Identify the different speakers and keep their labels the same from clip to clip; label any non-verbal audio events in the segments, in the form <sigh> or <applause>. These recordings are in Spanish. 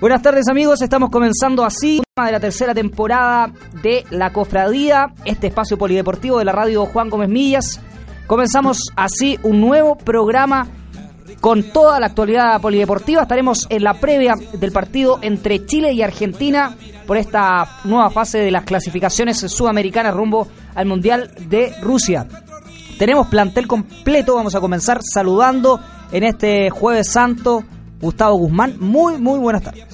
Speaker 1: Buenas tardes amigos, estamos comenzando así de la tercera temporada de La Cofradía, este espacio polideportivo de la radio Juan Gómez Millas. Comenzamos así un nuevo programa con toda la actualidad polideportiva. Estaremos en la previa del partido entre Chile y Argentina por esta nueva fase de las clasificaciones sudamericanas rumbo al Mundial de Rusia. Tenemos plantel completo, vamos a comenzar saludando en este jueves santo Gustavo Guzmán. Muy, muy buenas tardes.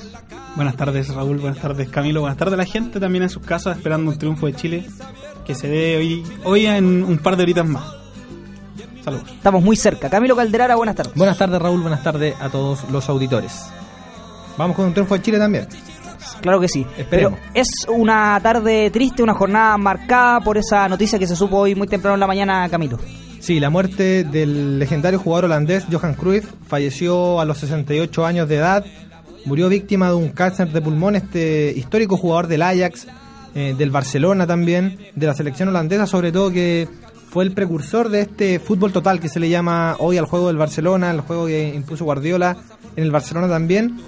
Speaker 2: Buenas tardes Raúl, buenas tardes Camilo, buenas tardes a la gente también en sus casas esperando un triunfo de Chile que se dé hoy, hoy en un par de horitas más. Saludos.
Speaker 1: Estamos muy cerca. Camilo Calderara, buenas tardes.
Speaker 3: Buenas tardes Raúl, buenas tardes a todos los auditores. Vamos con un triunfo de Chile también.
Speaker 1: Claro que sí.
Speaker 3: Esperemos.
Speaker 1: Pero es una tarde triste, una jornada marcada por esa noticia que se supo hoy muy temprano en la mañana, Camilo.
Speaker 3: Sí, la muerte del legendario jugador holandés Johan Cruyff falleció a los 68 años de edad. Murió víctima de un cáncer de pulmón este histórico jugador del Ajax, eh, del Barcelona también, de la selección holandesa sobre todo que fue el precursor de este fútbol total que se le llama hoy al juego del Barcelona, el juego que impuso Guardiola en el Barcelona también.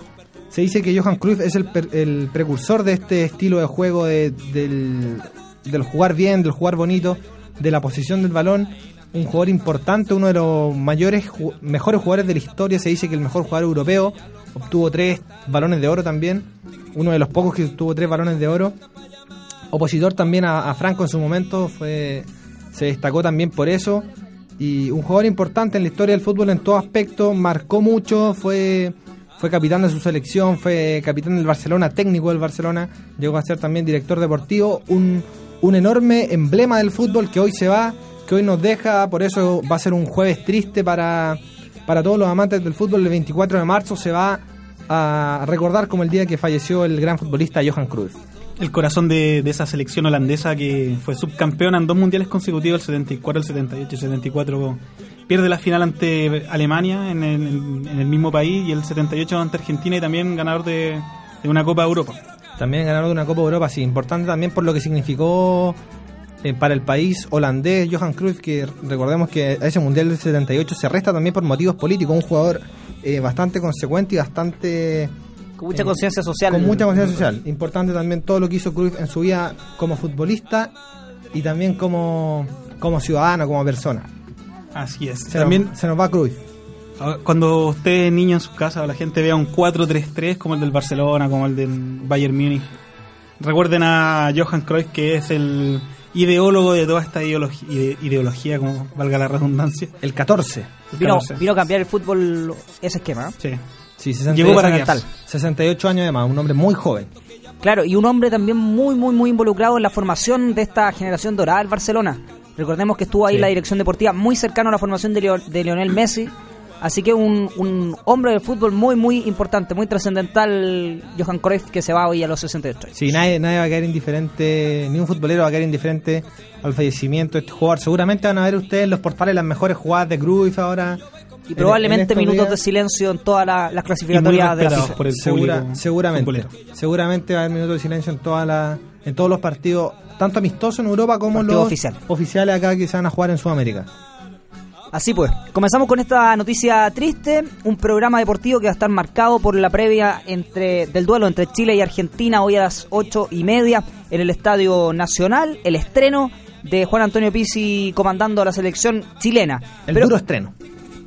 Speaker 3: Se dice que Johan Cruyff es el, per- el precursor de este estilo de juego de- del, del jugar bien, del jugar bonito, de la posición del balón. Un jugador importante, uno de los mayores, ju- mejores jugadores de la historia. Se dice que el mejor jugador europeo obtuvo tres balones de oro también. Uno de los pocos que obtuvo tres balones de oro. Opositor también a, a Franco en su momento, fue, se destacó también por eso. Y un jugador importante en la historia del fútbol en todo aspecto, marcó mucho, fue fue capitán de su selección, fue capitán del Barcelona, técnico del Barcelona, llegó a ser también director deportivo, un, un enorme emblema del fútbol que hoy se va, que hoy nos deja, por eso va a ser un jueves triste para, para todos los amantes del fútbol, el 24 de marzo se va a recordar como el día que falleció el gran futbolista Johan Cruyff.
Speaker 2: El corazón de, de esa selección holandesa que fue subcampeona en dos mundiales consecutivos, el 74, el 78 el 74. Pierde la final ante Alemania en el, en el mismo país y el 78 ante Argentina y también ganador de, de una Copa Europa.
Speaker 3: También ganador de una Copa Europa, sí, importante también por lo que significó eh, para el país holandés Johan Cruyff, que recordemos que a ese Mundial del 78 se resta también por motivos políticos, un jugador eh, bastante consecuente y bastante...
Speaker 1: Con mucha
Speaker 3: Eh,
Speaker 1: conciencia social.
Speaker 3: Con mucha conciencia social. Importante también todo lo que hizo Cruyff en su vida como futbolista y también como, como ciudadano, como persona.
Speaker 2: Así es.
Speaker 3: Se,
Speaker 2: también
Speaker 3: nos, se nos va Cruyff.
Speaker 2: ahora, cuando usted, niño en su casa o la gente vea un 4-3-3 como el del Barcelona, como el del Bayern Múnich, recuerden a Johan Cruyff que es el ideólogo de toda esta ideologi- ide- ideología, como valga la redundancia.
Speaker 3: El 14.
Speaker 2: El
Speaker 1: Vino,
Speaker 2: 14.
Speaker 1: vino a cambiar el fútbol ese esquema. ¿eh?
Speaker 2: Sí.
Speaker 3: Sí,
Speaker 2: Llegó para
Speaker 3: 68,
Speaker 2: quedarse.
Speaker 3: 68 años de más, un hombre muy joven.
Speaker 1: Claro, y un hombre también muy, muy, muy involucrado en la formación de esta generación dorada del Barcelona. Recordemos que estuvo ahí
Speaker 3: Sí.
Speaker 1: la dirección deportiva muy cercano a la formación de, Leo- de Lionel Messi. Así que un, un hombre del fútbol muy, muy importante, muy trascendental, Johan Cruyff, que se va hoy a los 68.
Speaker 3: Sí, nadie, nadie va a quedar indiferente, ni un futbolero va a quedar indiferente al fallecimiento de este jugador. Seguramente van a ver ustedes en los portales las mejores jugadas de Cruyff ahora.
Speaker 1: Y probablemente
Speaker 3: En- en estos
Speaker 1: minutos de
Speaker 3: días.
Speaker 1: silencio en todas la- las
Speaker 2: Y muy
Speaker 1: clasificatorias de la
Speaker 2: respetados
Speaker 1: FIFA.
Speaker 2: por el
Speaker 3: Segura-
Speaker 2: público
Speaker 3: seguramente.
Speaker 2: futbolero.
Speaker 3: Seguramente va a haber minutos de silencio en toda la, en todos los partidos, tanto amistosos en Europa como
Speaker 1: Partido
Speaker 3: los
Speaker 1: oficial.
Speaker 3: oficiales acá que se van a jugar en Sudamérica.
Speaker 1: Así pues, comenzamos con esta noticia triste, un programa deportivo que va a estar marcado por la previa entre, del duelo entre Chile y Argentina hoy a las ocho y media en el Estadio Nacional, el estreno de Juan Antonio Pizzi comandando a la selección chilena.
Speaker 3: El
Speaker 1: Pero
Speaker 3: duro estreno.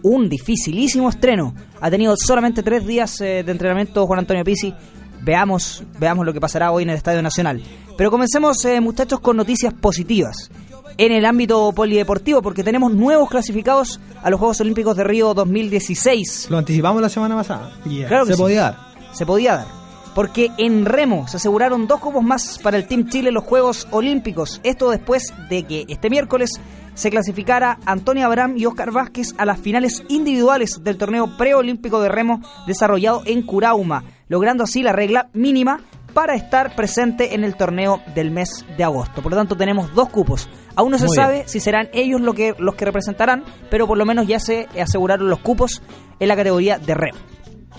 Speaker 1: un dificilísimo estreno. Ha tenido solamente tres días eh, de entrenamiento Juan Antonio Pizzi. Veamos, veamos lo que pasará hoy en el Estadio Nacional. Pero comencemos, eh, muchachos, con noticias positivas en el ámbito polideportivo, porque tenemos nuevos clasificados a los Juegos Olímpicos de Río 2016.
Speaker 3: Lo anticipamos la semana pasada.
Speaker 2: Yeah.
Speaker 1: Claro que
Speaker 3: se
Speaker 1: sí.
Speaker 3: podía dar.
Speaker 1: Se podía dar. Porque en remo se aseguraron dos cupos más para el Team Chile en los Juegos Olímpicos. Esto después de que este miércoles se clasificara Antonio Abraham y Oscar Vázquez a las finales individuales del torneo preolímpico de remo desarrollado en Curauma, logrando así la regla mínima para estar presente en el torneo del mes de agosto. Por lo tanto, tenemos dos cupos. Aún no se
Speaker 3: Muy
Speaker 1: sabe si serán ellos lo que, los que representarán, pero por lo menos ya se aseguraron los cupos en la categoría de remo.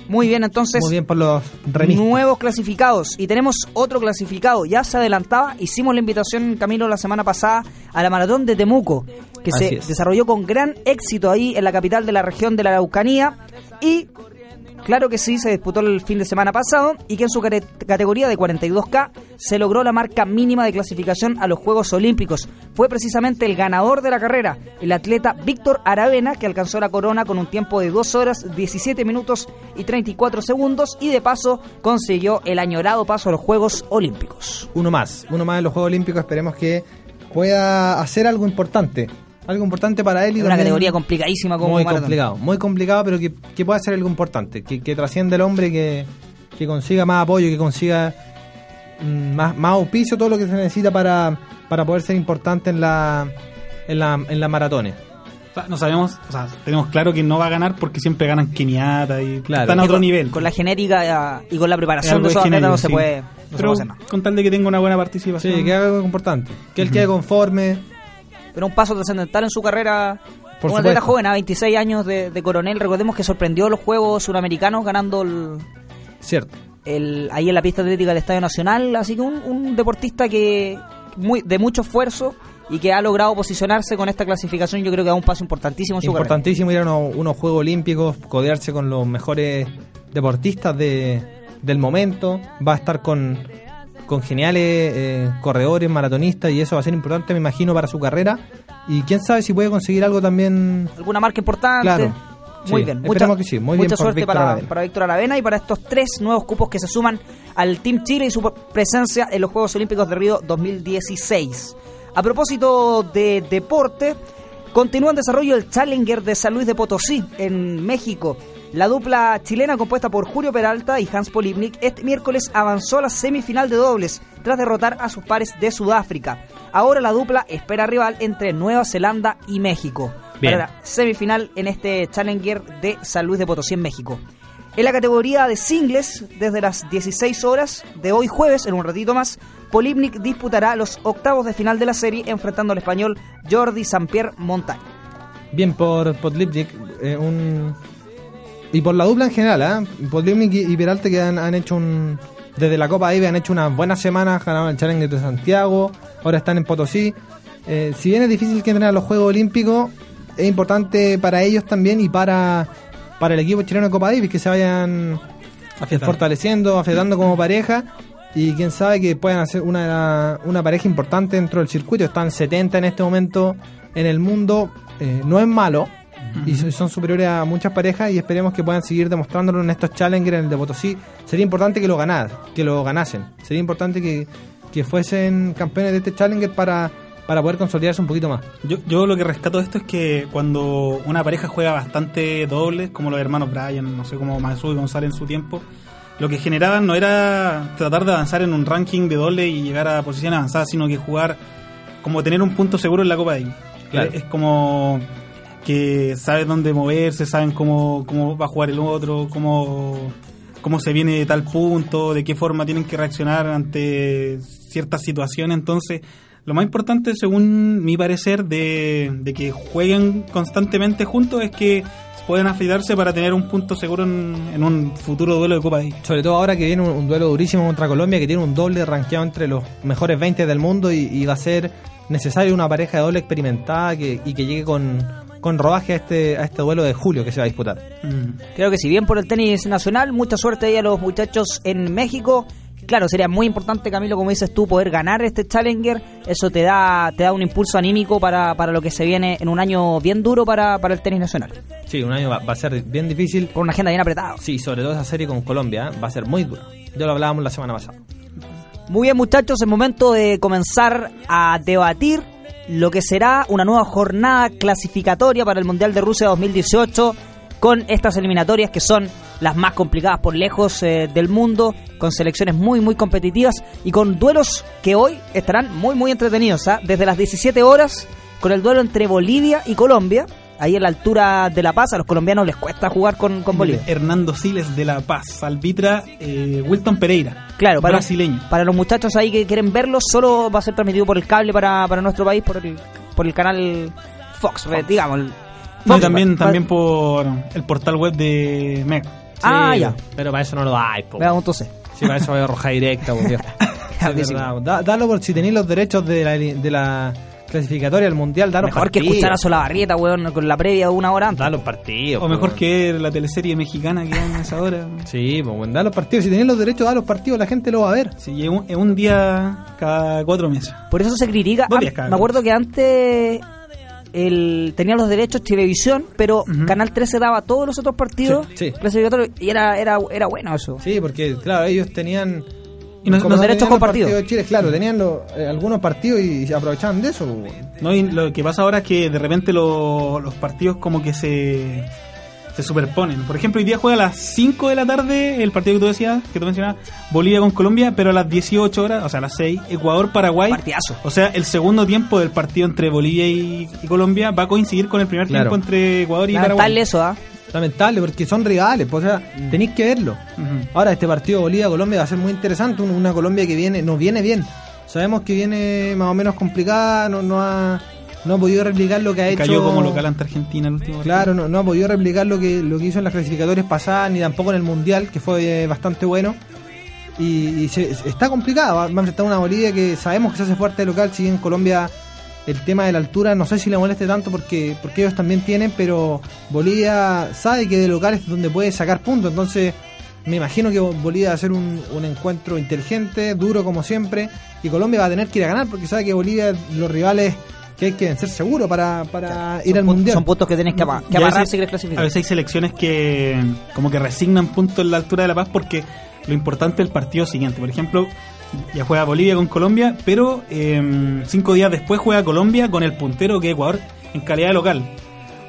Speaker 1: Muy bien, entonces,
Speaker 3: Muy bien por los remistas.
Speaker 1: Nuevos clasificados. Y tenemos otro clasificado. Ya se adelantaba. Hicimos la invitación, Camilo, la semana pasada a la maratón de Temuco, que
Speaker 3: Así
Speaker 1: se
Speaker 3: es.
Speaker 1: desarrolló con gran éxito ahí en la capital de la región de la Araucanía. Y Claro que sí, se disputó el fin de semana pasado y que en su care- categoría de 42K se logró la marca mínima de clasificación a los Juegos Olímpicos. Fue precisamente el ganador de la carrera, el atleta Víctor Aravena, que alcanzó la corona con un tiempo de 2 horas, 17 minutos y 34 segundos y de paso consiguió el añorado paso a los Juegos Olímpicos.
Speaker 3: uno más, uno más en los Juegos Olímpicos. Esperemos que pueda hacer algo importante, algo importante para él y
Speaker 1: Es una
Speaker 3: también
Speaker 1: categoría complicadísima como
Speaker 3: muy
Speaker 1: maratón.
Speaker 3: complicado, muy complicado, pero que, que pueda hacer algo importante, que, que trascienda el hombre, que, que consiga más apoyo, que consiga mm, más, más auspicio, todo lo que se necesita para, para poder ser importante en la en la, en las maratones.
Speaker 2: O sea, no sabemos, o sea, tenemos claro que no va a ganar porque siempre ganan Keniata y
Speaker 3: Claro.
Speaker 2: están a
Speaker 1: Y
Speaker 2: otro
Speaker 1: con-
Speaker 2: nivel.
Speaker 1: Con la genérica eh, y con la
Speaker 2: Es
Speaker 1: preparación
Speaker 2: algo
Speaker 1: de esos
Speaker 2: genérico,
Speaker 1: atletas no se
Speaker 2: sí.
Speaker 1: puede, no se
Speaker 2: Pero
Speaker 1: puede hacer nada.
Speaker 2: con tal de que tenga una buena
Speaker 3: Sí,
Speaker 2: participación.
Speaker 3: que haga algo importante, que él quede conforme.
Speaker 1: pero un paso trascendental en su carrera.
Speaker 3: Por
Speaker 1: un atleta
Speaker 3: supuesto.
Speaker 1: joven, a 26 años de, de coronel, recordemos que sorprendió a los Juegos Suramericanos ganando el,
Speaker 3: Cierto.
Speaker 1: el- ahí en la pista atlética del Estadio Nacional, así que un, un deportista que muy de mucho esfuerzo y que ha logrado posicionarse con esta clasificación, yo creo que da un paso importantísimo en su carrera.
Speaker 3: Importantísimo ir a unos, unos Juegos Olímpicos, codearse con los mejores deportistas de- del momento. Va a estar con, con geniales eh, corredores, maratonistas, y eso va a ser importante, me imagino, para su carrera. Y quién sabe si puede conseguir algo también.
Speaker 1: ¿Alguna marca importante?
Speaker 3: Claro.
Speaker 1: Muy
Speaker 3: Sí,
Speaker 1: bien,
Speaker 3: esperemos
Speaker 1: mucha,
Speaker 3: que sí. Muy
Speaker 1: mucha
Speaker 3: bien por
Speaker 1: suerte
Speaker 3: Víctor
Speaker 1: para,
Speaker 3: Aravena.
Speaker 1: para Víctor Aravena y para estos tres nuevos cupos que se suman al Team Chile y su presencia en los Juegos Olímpicos de Río 2016. A propósito de deporte, continúa en desarrollo el Challenger de San Luis de Potosí, en México. La dupla chilena compuesta por Julio Peralta y Hans Polibnik este miércoles avanzó a la semifinal de dobles tras derrotar a sus pares de Sudáfrica. Ahora la dupla espera rival entre Nueva Zelanda y México
Speaker 3: Bien.
Speaker 1: para la semifinal en este Challenger de San Luis de Potosí en México. En la categoría de singles, desde las 16 horas de hoy jueves, en un ratito más, Polipnik disputará los octavos de final de la serie enfrentando al español Jordi Sampier Montaña.
Speaker 3: Bien por Podlipnik, eh, un y por la dupla en general, ¿eh? Podlipnik y, y Peralta que han, han hecho un desde la Copa Ibe han hecho unas buenas semanas, ganaron el Challenger de Santiago, ahora están en Potosí. Eh, si bien es difícil que entren a los Juegos Olímpicos, es importante para ellos también y para, para el equipo chileno de Copa Davis que se vayan
Speaker 2: Afiatando.
Speaker 3: fortaleciendo, afectando como pareja y quién sabe que puedan hacer una, una pareja importante dentro del circuito. Están 70 en este momento en el mundo, eh, no es malo y so- son superiores a muchas parejas y esperemos que puedan seguir demostrándolo en estos challengers en el de Potosí. Sería importante que lo ganar, que lo ganasen. Sería importante que, que fuesen campeones de este challenger para, para poder consolidarse un poquito más.
Speaker 2: Yo, yo lo que rescato de esto es que cuando una pareja juega bastante dobles, como los hermanos Bryan, no sé, como Masu y González en su tiempo, lo que generaban no era tratar de avanzar en un ranking de dobles y llegar a posiciones avanzadas, sino que jugar como tener un punto seguro en la Copa Davis.
Speaker 3: Claro.
Speaker 2: Es, es como que saben dónde moverse, saben cómo, cómo va a jugar el otro, cómo, cómo se viene de tal punto, de qué forma tienen que reaccionar ante ciertas situaciones. Entonces, lo más importante, según mi parecer, de, de que jueguen constantemente juntos es que pueden afiliarse para tener un punto seguro en, en un futuro duelo de Copa Davis.
Speaker 3: Sobre todo ahora que viene un, un duelo durísimo contra Colombia, que tiene un doble rankeado entre los mejores 20 del mundo y, y va a ser necesario una pareja de doble experimentada que, y que llegue con, con rodaje a este, a este duelo de julio que se va a disputar.
Speaker 2: Mm.
Speaker 1: Creo que si bien por el tenis nacional, mucha suerte ahí a los muchachos en México. Claro, sería muy importante, Camilo, como dices tú, poder ganar este Challenger. Eso te da, te da un impulso anímico para, para lo que se viene en un año bien duro para, para el tenis nacional.
Speaker 3: Sí, un año va, va a ser bien difícil.
Speaker 1: Con una agenda bien apretada.
Speaker 3: Sí, sobre todo esa serie con Colombia, ¿eh? va a ser muy dura. Ya lo hablábamos la semana pasada.
Speaker 1: Muy bien muchachos, es momento de comenzar a debatir lo que será una nueva jornada clasificatoria para el Mundial de Rusia 2018 con estas eliminatorias que son las más complicadas por lejos eh, del mundo, con selecciones muy muy competitivas y con duelos que hoy estarán muy muy entretenidos, ¿ah? desde las 17 horas con el duelo entre Bolivia y Colombia, ahí en la altura de La Paz, a los colombianos les cuesta jugar con, con Bolivia.
Speaker 2: Hernando Siles de La Paz, arbitra eh, Wilton Pereira,
Speaker 1: Claro, para,
Speaker 2: brasileño.
Speaker 1: para los muchachos ahí que quieren verlo, solo va a ser transmitido por el cable para, para nuestro país, por el, por el canal Fox, re- digamos. el-
Speaker 2: No,
Speaker 1: Fox,
Speaker 2: también,
Speaker 1: pa-
Speaker 2: también por el portal web de Mega.
Speaker 1: Ah,
Speaker 3: Sí,
Speaker 1: ya.
Speaker 3: Pero para eso no lo dais, po.
Speaker 1: Veamos entonces.
Speaker 3: Sí, para <laughs> eso voy a roja directa, por Dios.
Speaker 1: Ya,
Speaker 3: Sí,
Speaker 1: sí,
Speaker 3: verdad. Da- Dalo por si tenéis los derechos de la, de la clasificatoria al Mundial, dar los
Speaker 1: Mejor que
Speaker 3: partidos.
Speaker 1: escuchar a Solabarrieta, weón, con la previa de una hora antes.
Speaker 3: Dar los partidos.
Speaker 2: O mejor
Speaker 3: po.
Speaker 2: que la teleserie mexicana que dan a esa hora.
Speaker 3: Sí, pues bueno, dar los partidos. Si tenés los derechos, dar los partidos, la gente lo va a ver.
Speaker 2: Sí, es un, es un día cada cuatro meses.
Speaker 1: Por eso se critica.
Speaker 2: Dos
Speaker 1: Ah,
Speaker 2: días cada
Speaker 1: me acuerdo que antes el, tenía los derechos televisión, pero
Speaker 2: Ujú.
Speaker 1: Canal 13 daba todos los otros partidos
Speaker 3: Sí, sí.
Speaker 1: clasificatorios y era, era, era bueno eso.
Speaker 3: Sí, porque claro, ellos tenían
Speaker 2: Y nos-
Speaker 3: como
Speaker 1: los
Speaker 3: no
Speaker 1: derechos
Speaker 3: tenían los
Speaker 1: compartidos.
Speaker 3: de Chile, claro, tenían lo- eh, algunos partidos y se aprovechaban de eso. pues, po.
Speaker 2: No, y lo que pasa ahora es que de repente lo- los partidos como que se, se superponen. Por ejemplo, hoy día juega a las 5 de la tarde el partido que tú decías, que tú mencionabas, Bolivia con Colombia, pero a las 18 horas, o sea, a las 6, Ecuador-Paraguay.
Speaker 1: Partidazo.
Speaker 2: O sea, el segundo tiempo del partido entre Bolivia y, y Colombia va a coincidir con el primer
Speaker 3: Claro.
Speaker 2: tiempo entre Ecuador y
Speaker 1: Lamentable
Speaker 2: Paraguay.
Speaker 1: eso, ¿ah?
Speaker 3: Lamentable, porque son rivales, pues, o sea, tenéis que verlo.
Speaker 2: Mm. Ujú.
Speaker 3: Ahora, este partido Bolivia-Colombia va a ser muy interesante. un- Una Colombia que viene nos viene bien. Sabemos que viene más o menos complicada, no, no, ha, no ha podido replicar lo que ha hecho.
Speaker 2: Cayó como local ante Argentina el último partido.
Speaker 3: Claro, no, no ha podido replicar lo que, lo que hizo en las clasificatorias pasadas, ni tampoco en el Mundial, que fue eh, bastante bueno. Y, y se- se- está complicado, ah, va va a enfrentar una Bolivia que sabemos que se hace fuerte de local, si bien Colombia el tema de la altura no sé si le moleste tanto porque, porque ellos también tienen, pero Bolivia sabe que de local es donde puede sacar puntos, entonces me imagino que Bolivia va a hacer un, un encuentro inteligente, duro como siempre, y Colombia va a tener que ir a ganar porque sabe que Bolivia los rivales que hay que vencer seguro para, para ir al
Speaker 1: Son pu-
Speaker 3: Mundial.
Speaker 1: Son puntos que tenés que, ama- Ah, que
Speaker 2: Y a
Speaker 1: amarrar
Speaker 2: veces-
Speaker 1: si querés
Speaker 2: A
Speaker 1: clasificar.
Speaker 2: veces hay selecciones que como que resignan puntos en la altura de La Paz porque lo importante es el partido siguiente. Por ejemplo, ya juega Bolivia con Colombia, pero eh, cinco días después juega Colombia con el puntero que es Ecuador en calidad de local.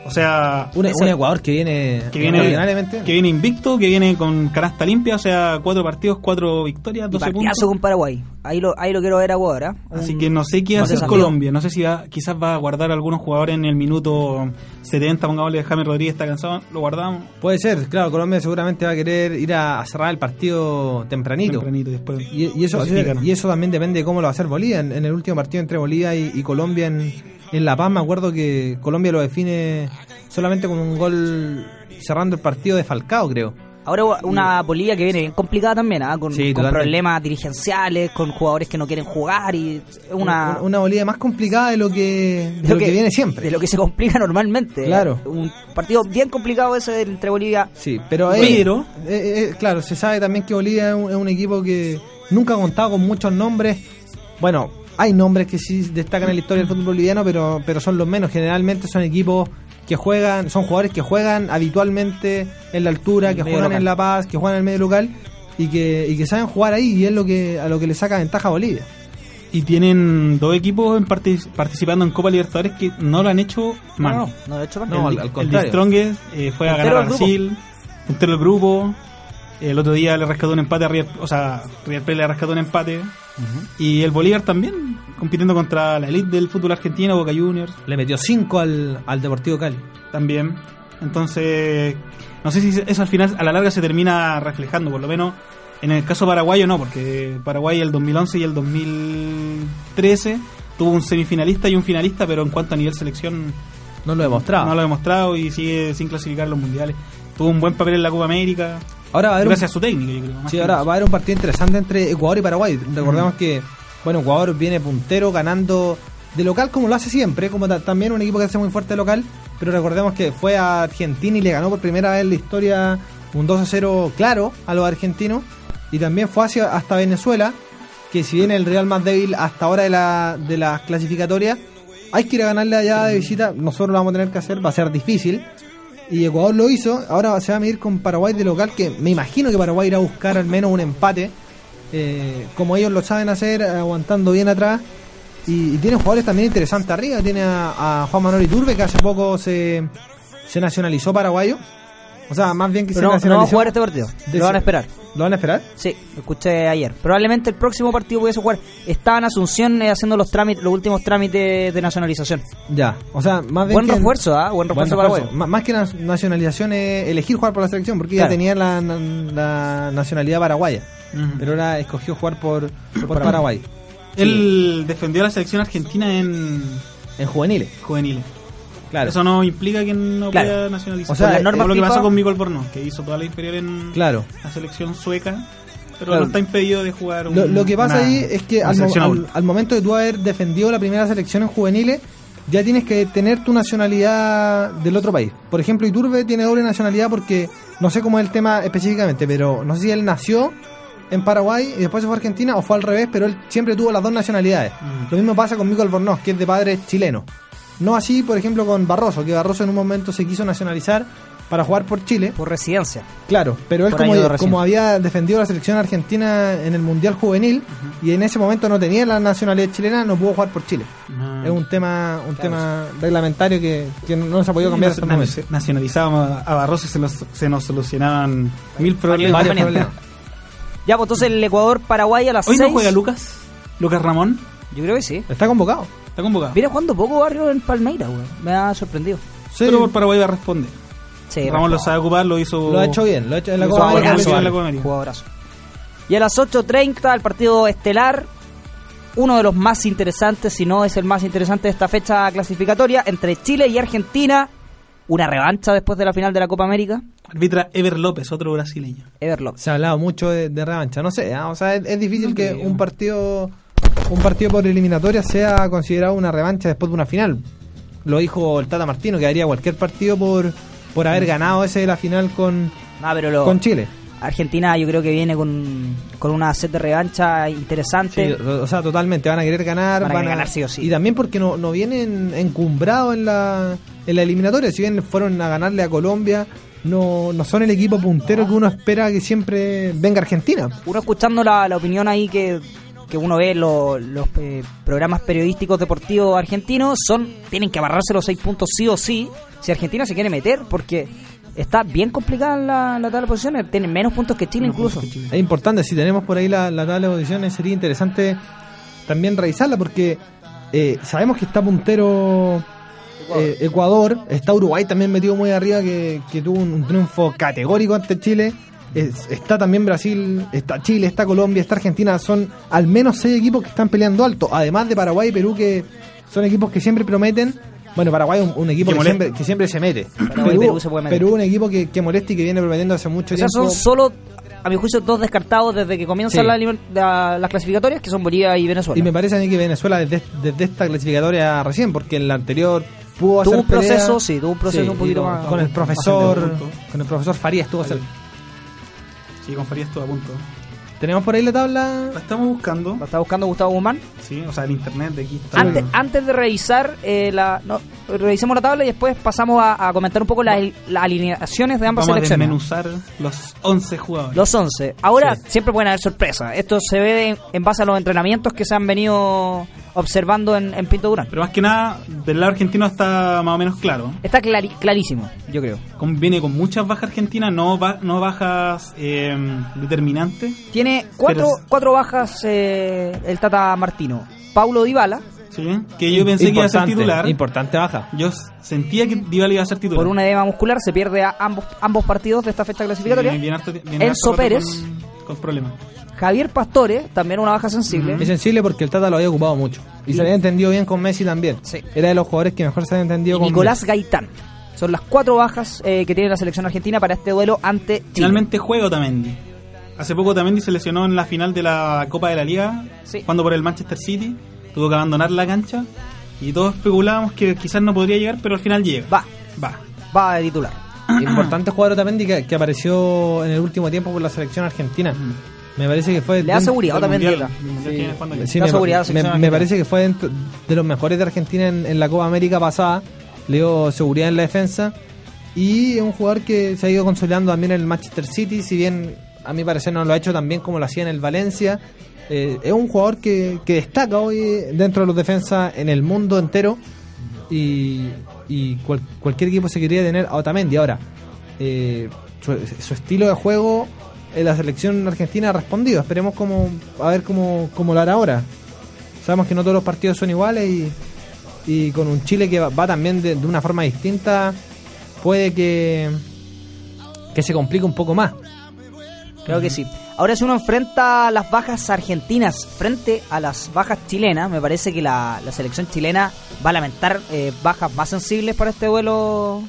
Speaker 2: O sea,
Speaker 3: Un,
Speaker 1: Esa-
Speaker 3: un Ecuador que viene,
Speaker 2: que viene,
Speaker 3: extraordinariamente.
Speaker 2: que viene invicto, que viene con canasta limpia, o sea, cuatro partidos, cuatro victorias,
Speaker 1: Y
Speaker 2: 12 puntos.
Speaker 1: partidazo con Paraguay. Ahí lo, ahí lo quiero ver ahora. ¿eh?
Speaker 2: Así
Speaker 1: Un-
Speaker 2: que no sé qué
Speaker 1: un
Speaker 2: hacer
Speaker 1: desafío.
Speaker 2: Colombia. No sé si va- quizás va a guardar a algunos jugadores en el minuto 70. Pongámosle, Jaime Rodríguez está cansado, lo guardamos.
Speaker 3: Puede ser, claro, Colombia seguramente va a querer ir a, a cerrar el partido tempranito.
Speaker 2: Tempranito, después.
Speaker 3: Y, y eso,
Speaker 2: clasifican.
Speaker 3: y eso también depende de cómo lo va a hacer Bolivia. En, en el último partido entre Bolivia y, y Colombia en, en La Paz, me acuerdo que Colombia lo define solamente con un gol cerrando el partido de Falcao, creo.
Speaker 1: Ahora una Bolivia que viene bien complicada también, ¿ah? con,
Speaker 3: Sí,
Speaker 1: con
Speaker 3: totalmente.
Speaker 1: problemas dirigenciales, con jugadores que no quieren jugar y es una,
Speaker 3: una Bolivia más complicada de lo que, de lo que, viene siempre.
Speaker 1: De lo que se complica <laughs> normalmente.
Speaker 3: Claro.
Speaker 1: Un partido bien complicado ese entre Bolivia.
Speaker 3: Sí, pero, eh,
Speaker 2: Pero-
Speaker 3: eh, eh, claro, se sabe también que Bolivia es un, es un equipo que nunca ha contado con muchos nombres. Bueno, hay nombres que sí destacan en la historia del fútbol boliviano, pero, pero son los menos. Generalmente son equipos que juegan, son jugadores que juegan habitualmente en la
Speaker 1: En
Speaker 3: altura,
Speaker 1: el
Speaker 3: que
Speaker 1: medio
Speaker 3: juegan
Speaker 1: local.
Speaker 3: en La Paz, que juegan en el medio local y que, y que saben jugar ahí y es lo que a lo que le saca ventaja a Bolivia.
Speaker 2: Y tienen dos equipos en partic- participando en Copa Libertadores que no lo han hecho
Speaker 3: Ah.
Speaker 2: mal.
Speaker 1: No, no, no, de hecho, mal.
Speaker 3: No,
Speaker 2: el,
Speaker 3: al- al
Speaker 2: el
Speaker 3: contrario.
Speaker 2: The Strongest eh, fue a
Speaker 1: Puntero
Speaker 2: ganar a
Speaker 1: del grupo.
Speaker 2: Brasil, puntero del grupo. El otro día le rescató un empate a River, o sea, River Plate le rescató un empate. Y el Bolívar también, compitiendo contra la elite del fútbol argentino, Boca Juniors
Speaker 3: Le metió 5 al, al Deportivo Cali.
Speaker 2: también. Entonces, no sé si eso al final, a la larga, se termina reflejando, por lo menos en el caso paraguayo no, porque Paraguay el 2011 y el 2013 tuvo un semifinalista y un finalista, pero en cuanto a nivel selección
Speaker 3: No lo demostraba.
Speaker 2: no lo ha demostrado y sigue sin clasificar los mundiales. Tuvo un buen papel en la Copa América,
Speaker 3: Ahora va a haber un-
Speaker 2: gracias a su técnico, yo creo. más
Speaker 3: Sí,
Speaker 2: que
Speaker 3: ahora
Speaker 2: nada.
Speaker 3: va a haber un partido interesante entre Ecuador y Paraguay. Recordemos que, bueno, Ecuador viene puntero ganando de local como lo hace siempre, como ta- también un equipo que hace muy fuerte de local, pero recordemos que fue a Argentina y le ganó por primera vez en la historia un 2 a 0 claro a los argentinos, y también fue hacia, hasta Venezuela, que si bien el Real más débil hasta ahora de la, de las clasificatorias, hay que ir a ganarle allá de visita, nosotros lo vamos a tener que hacer, va a ser difícil, y Ecuador lo hizo, ahora se va a medir con Paraguay de local, que me imagino que Paraguay irá a buscar al menos un empate, eh, como ellos lo saben hacer, aguantando bien atrás. Y, y tiene jugadores también interesantes arriba, tiene a, a Juan Manuel Iturbe, que hace poco se, se nacionalizó paraguayo. O sea, más bien que
Speaker 1: Pero no,
Speaker 3: se
Speaker 1: no va a
Speaker 3: nacionalizó.
Speaker 1: jugar este partido.
Speaker 3: De-
Speaker 1: Lo van a esperar.
Speaker 3: ¿Lo van a esperar?
Speaker 1: Sí, lo escuché ayer. Probablemente el próximo partido pudiese jugar. Estaba en Asunción eh, haciendo los trámites, los últimos trámites de nacionalización.
Speaker 3: Ya, o sea, más bien
Speaker 1: Buen
Speaker 3: que-
Speaker 1: refuerzo, ¿ah? Buen refuerzo
Speaker 3: Buen
Speaker 1: para
Speaker 3: refuerzo. M- Más que la nacionalización es elegir jugar por la selección, porque
Speaker 1: Claro.
Speaker 3: ya tenía la, la nacionalidad paraguaya.
Speaker 2: Ujú.
Speaker 3: Pero ahora escogió jugar por, por
Speaker 1: Paraguay.
Speaker 3: Paraguay,
Speaker 2: Él defendió a la selección argentina en
Speaker 3: en juveniles.
Speaker 2: juveniles.
Speaker 3: Claro.
Speaker 2: Eso no implica que no
Speaker 1: Claro.
Speaker 2: pueda nacionalizar.
Speaker 3: O sea,
Speaker 2: Por
Speaker 3: eh,
Speaker 2: como
Speaker 1: normas
Speaker 2: lo que
Speaker 1: FIFA-
Speaker 2: pasó con Miguel Porno, que hizo toda la inferior en
Speaker 3: Claro.
Speaker 2: la selección sueca pero
Speaker 1: Claro.
Speaker 2: no está impedido de jugar un,
Speaker 3: Lo, lo que pasa
Speaker 2: una-
Speaker 3: ahí es que
Speaker 2: una
Speaker 3: al, mo-
Speaker 2: selección
Speaker 3: al-
Speaker 2: adulta.
Speaker 3: al momento de tú haber defendido la primera selección en juveniles, ya tienes que tener tu nacionalidad del otro país. Por ejemplo, Iturbe tiene doble nacionalidad porque no sé cómo es el tema específicamente, pero no sé si él nació en Paraguay y después se fue a Argentina o fue al revés, pero él siempre tuvo las dos nacionalidades.
Speaker 2: Mm.
Speaker 3: Lo mismo pasa con Mico Albornoz, que es de padre chileno. No así, por ejemplo, con Barroso, que Barroso en un momento se quiso nacionalizar para jugar por Chile,
Speaker 1: por residencia.
Speaker 3: Claro, pero él
Speaker 1: Por año de
Speaker 3: como,
Speaker 1: recién.
Speaker 3: como había defendido la selección argentina en el Mundial Juvenil y en ese momento no tenía la nacionalidad chilena, no pudo jugar por Chile.
Speaker 2: Ah.
Speaker 3: Es un tema un tema reglamentario que, que no se ha podido cambiar hasta el momento.
Speaker 2: Nacionaliz- Nacionalizábamos a Barroso y se, los- se nos solucionaban mil problemas.
Speaker 3: Varios
Speaker 1: inconveniente.
Speaker 3: problemas.
Speaker 1: Ya, pues entonces el Ecuador-Paraguay a las
Speaker 2: Hoy
Speaker 1: 6.
Speaker 2: no juega Lucas, Lucas Ramón,
Speaker 1: Yo creo que sí.
Speaker 3: Está convocado.
Speaker 2: está convocado.
Speaker 1: Mira jugando poco barrio en Palmeiras, weón. Me ha sorprendido.
Speaker 3: Sí,
Speaker 2: Pero por Paraguay va a responder.
Speaker 1: Sí,
Speaker 2: Ramón
Speaker 1: me-
Speaker 2: lo sabe ocupar, lo hizo.
Speaker 3: lo ha hecho bien, lo ha hecho en la
Speaker 2: Lo
Speaker 3: Copa
Speaker 2: hizo
Speaker 3: América,
Speaker 2: bacán,
Speaker 3: lo hizo
Speaker 2: sí.
Speaker 3: bien.
Speaker 2: la Copa América.
Speaker 1: Jugadorazo. Y a las 8.30 el partido estelar, uno de los más interesantes, si no es el más interesante de esta fecha clasificatoria, entre Chile y Argentina. Una revancha después de la final de la Copa América.
Speaker 2: Arbitra Ever López, otro brasileño.
Speaker 1: Everlock.
Speaker 3: Se ha hablado mucho de, de revancha, no sé, ah, o sea, es, es difícil que un partido un partido por eliminatoria sea considerado una revancha después de una final. Lo dijo el Tata Martino, que haría cualquier partido por, por haber ganado ese de la final con,
Speaker 1: No, Ah, pero lo-
Speaker 3: con Chile.
Speaker 1: Argentina yo creo que viene con, con una set de revancha
Speaker 3: Sí,
Speaker 1: interesante.
Speaker 3: o o sea, totalmente, van a querer ganar.
Speaker 1: Van a querer ganar sí o sí.
Speaker 3: Y también porque no, no vienen encumbrados en la, en la eliminatoria, si bien fueron a ganarle a Colombia, no, no son el equipo puntero que uno espera que siempre venga Argentina.
Speaker 1: Uno escuchando la, la opinión ahí que, que uno ve en lo- los eh, programas periodísticos deportivos argentinos, son tienen que amarrarse los seis puntos sí o sí si Argentina se quiere meter, porque está bien complicada la, la tabla de posiciones, tienen menos puntos que Chile incluso.
Speaker 3: Es importante, si tenemos por ahí la, la tabla de posiciones, sería interesante también revisarla porque eh, sabemos que está puntero eh, Ecuador, está Uruguay también metido muy arriba que, que tuvo un, un triunfo categórico ante Chile. Es- está también Brasil, está Chile, está Colombia, está Argentina. Son al menos seis equipos que están peleando alto, además de Paraguay y Perú que son equipos que siempre prometen. Bueno, Paraguay es un, un equipo
Speaker 2: Que
Speaker 3: que
Speaker 2: molesta.
Speaker 3: siempre, que siempre se mete.
Speaker 1: Paraguay y Perú se puede meter.
Speaker 3: Perú un equipo que, que molesta y que viene prometiendo hace mucho
Speaker 1: O sea,
Speaker 3: tiempo.
Speaker 1: son solo, a mi juicio, dos descartados desde que comienzan
Speaker 3: Sí.
Speaker 1: la liber- la- las clasificatorias, que son Bolivia y Venezuela.
Speaker 3: Y me parece a mí que Venezuela desde, desde esta clasificatoria recién, porque en la anterior
Speaker 1: Tuvo
Speaker 3: pudo hacer
Speaker 1: un proceso,
Speaker 3: pelea.
Speaker 1: sí, tuvo un proceso un
Speaker 3: y
Speaker 1: poquito
Speaker 3: con,
Speaker 1: más-
Speaker 3: con el
Speaker 2: más
Speaker 3: profesor,
Speaker 2: endeudado.
Speaker 3: con el profesor Farías tuvo hacer.
Speaker 2: Sí, con Farías todo a punto.
Speaker 3: Tenemos por ahí la
Speaker 2: La
Speaker 3: tabla.
Speaker 2: estamos buscando.
Speaker 1: ¿La está buscando Gustavo Guzmán?
Speaker 2: Sí, o sea, en internet de aquí está.
Speaker 1: Antes, antes de revisar eh, la no, revisemos la tabla y después pasamos a, a comentar un poco las, las alineaciones de ambas
Speaker 2: Vamos a
Speaker 1: selecciones.
Speaker 2: desmenuzar los 11 jugadores.
Speaker 1: Los 11. Ahora
Speaker 3: Sí.
Speaker 1: siempre pueden haber sorpresas. Esto se ve en, en base a los entrenamientos que se han venido observando en, en Pinto Durán.
Speaker 2: Pero más que nada, del lado argentino está más o menos claro.
Speaker 1: Está clari- clarísimo, yo creo.
Speaker 2: Con- Viene con muchas bajas argentinas, no, ba- no bajas eh, determinantes.
Speaker 1: Tiene cuatro,
Speaker 2: Pero-
Speaker 1: cuatro bajas eh, el Tata Martino. Paulo Dybala
Speaker 2: ¿sí? Que yo pensé que iba a ser
Speaker 3: Importante,
Speaker 2: titular.
Speaker 3: Importante baja.
Speaker 2: Yo s- sentía que Dybala iba a ser titular.
Speaker 1: por una edema muscular se pierde a ambos ambos partidos de esta fecha
Speaker 2: Sí,
Speaker 1: clasificatoria.
Speaker 2: bien harto- bien
Speaker 1: Enzo
Speaker 2: harto rato
Speaker 1: Pérez.
Speaker 2: Con, con problemas.
Speaker 1: Javier Pastore, también una baja sensible.
Speaker 3: Es sensible porque el Tata lo había ocupado mucho. Y se había entendido bien con Messi también.
Speaker 1: Sí.
Speaker 3: Era de los jugadores que mejor se había entendido
Speaker 1: y
Speaker 3: con
Speaker 1: Nicolás Gaitán. Son las cuatro bajas eh, que tiene la selección argentina para este duelo ante Chile.
Speaker 2: Finalmente juega Otamendi. Hace poco Otamendi se lesionó en la final de la Copa de la Liga,
Speaker 1: Sí.
Speaker 2: jugando por el Manchester City. Tuvo que abandonar la cancha. Y todos especulábamos que quizás no podría llegar, pero al final llega.
Speaker 1: Va,
Speaker 2: Va.
Speaker 1: va de titular.
Speaker 3: Messi. Importante jugador Otamendi que, que apareció en el último tiempo por la selección argentina. Me parece que fue.
Speaker 1: Le da
Speaker 3: dentro-
Speaker 1: seguridad
Speaker 2: Del
Speaker 1: Otamendi.
Speaker 2: Mundial,
Speaker 1: llega.
Speaker 2: del Mundial que viene jugando aquí.
Speaker 3: Sí,
Speaker 1: Da
Speaker 3: me,
Speaker 1: seguridad a la
Speaker 3: me-
Speaker 1: selección
Speaker 3: me
Speaker 1: argentina.
Speaker 3: parece que fue dentro de los mejores de Argentina en, en la Copa América pasada. Le dio seguridad en la defensa. Y es un jugador que se ha ido consolidando también en el Manchester City. Si bien a mi parecer no lo ha hecho tan bien como lo hacía en el Valencia. eh, es un jugador que, que destaca hoy dentro de los defensas en el mundo entero. Y, y cual- cualquier equipo se quería tener a Otamendi. Ahora, eh, su, su estilo de juego en la selección argentina ha respondido. Esperemos cómo, a ver cómo, cómo lo hará ahora. Sabemos que no todos los partidos son iguales y, y con un Chile que va, va también de, de una forma distinta, puede que, que se complique un poco más.
Speaker 1: Creo que sí. Ahora si uno enfrenta las bajas argentinas frente a las bajas chilenas, me parece que la, la selección chilena va a lamentar eh, bajas más sensibles para este duelo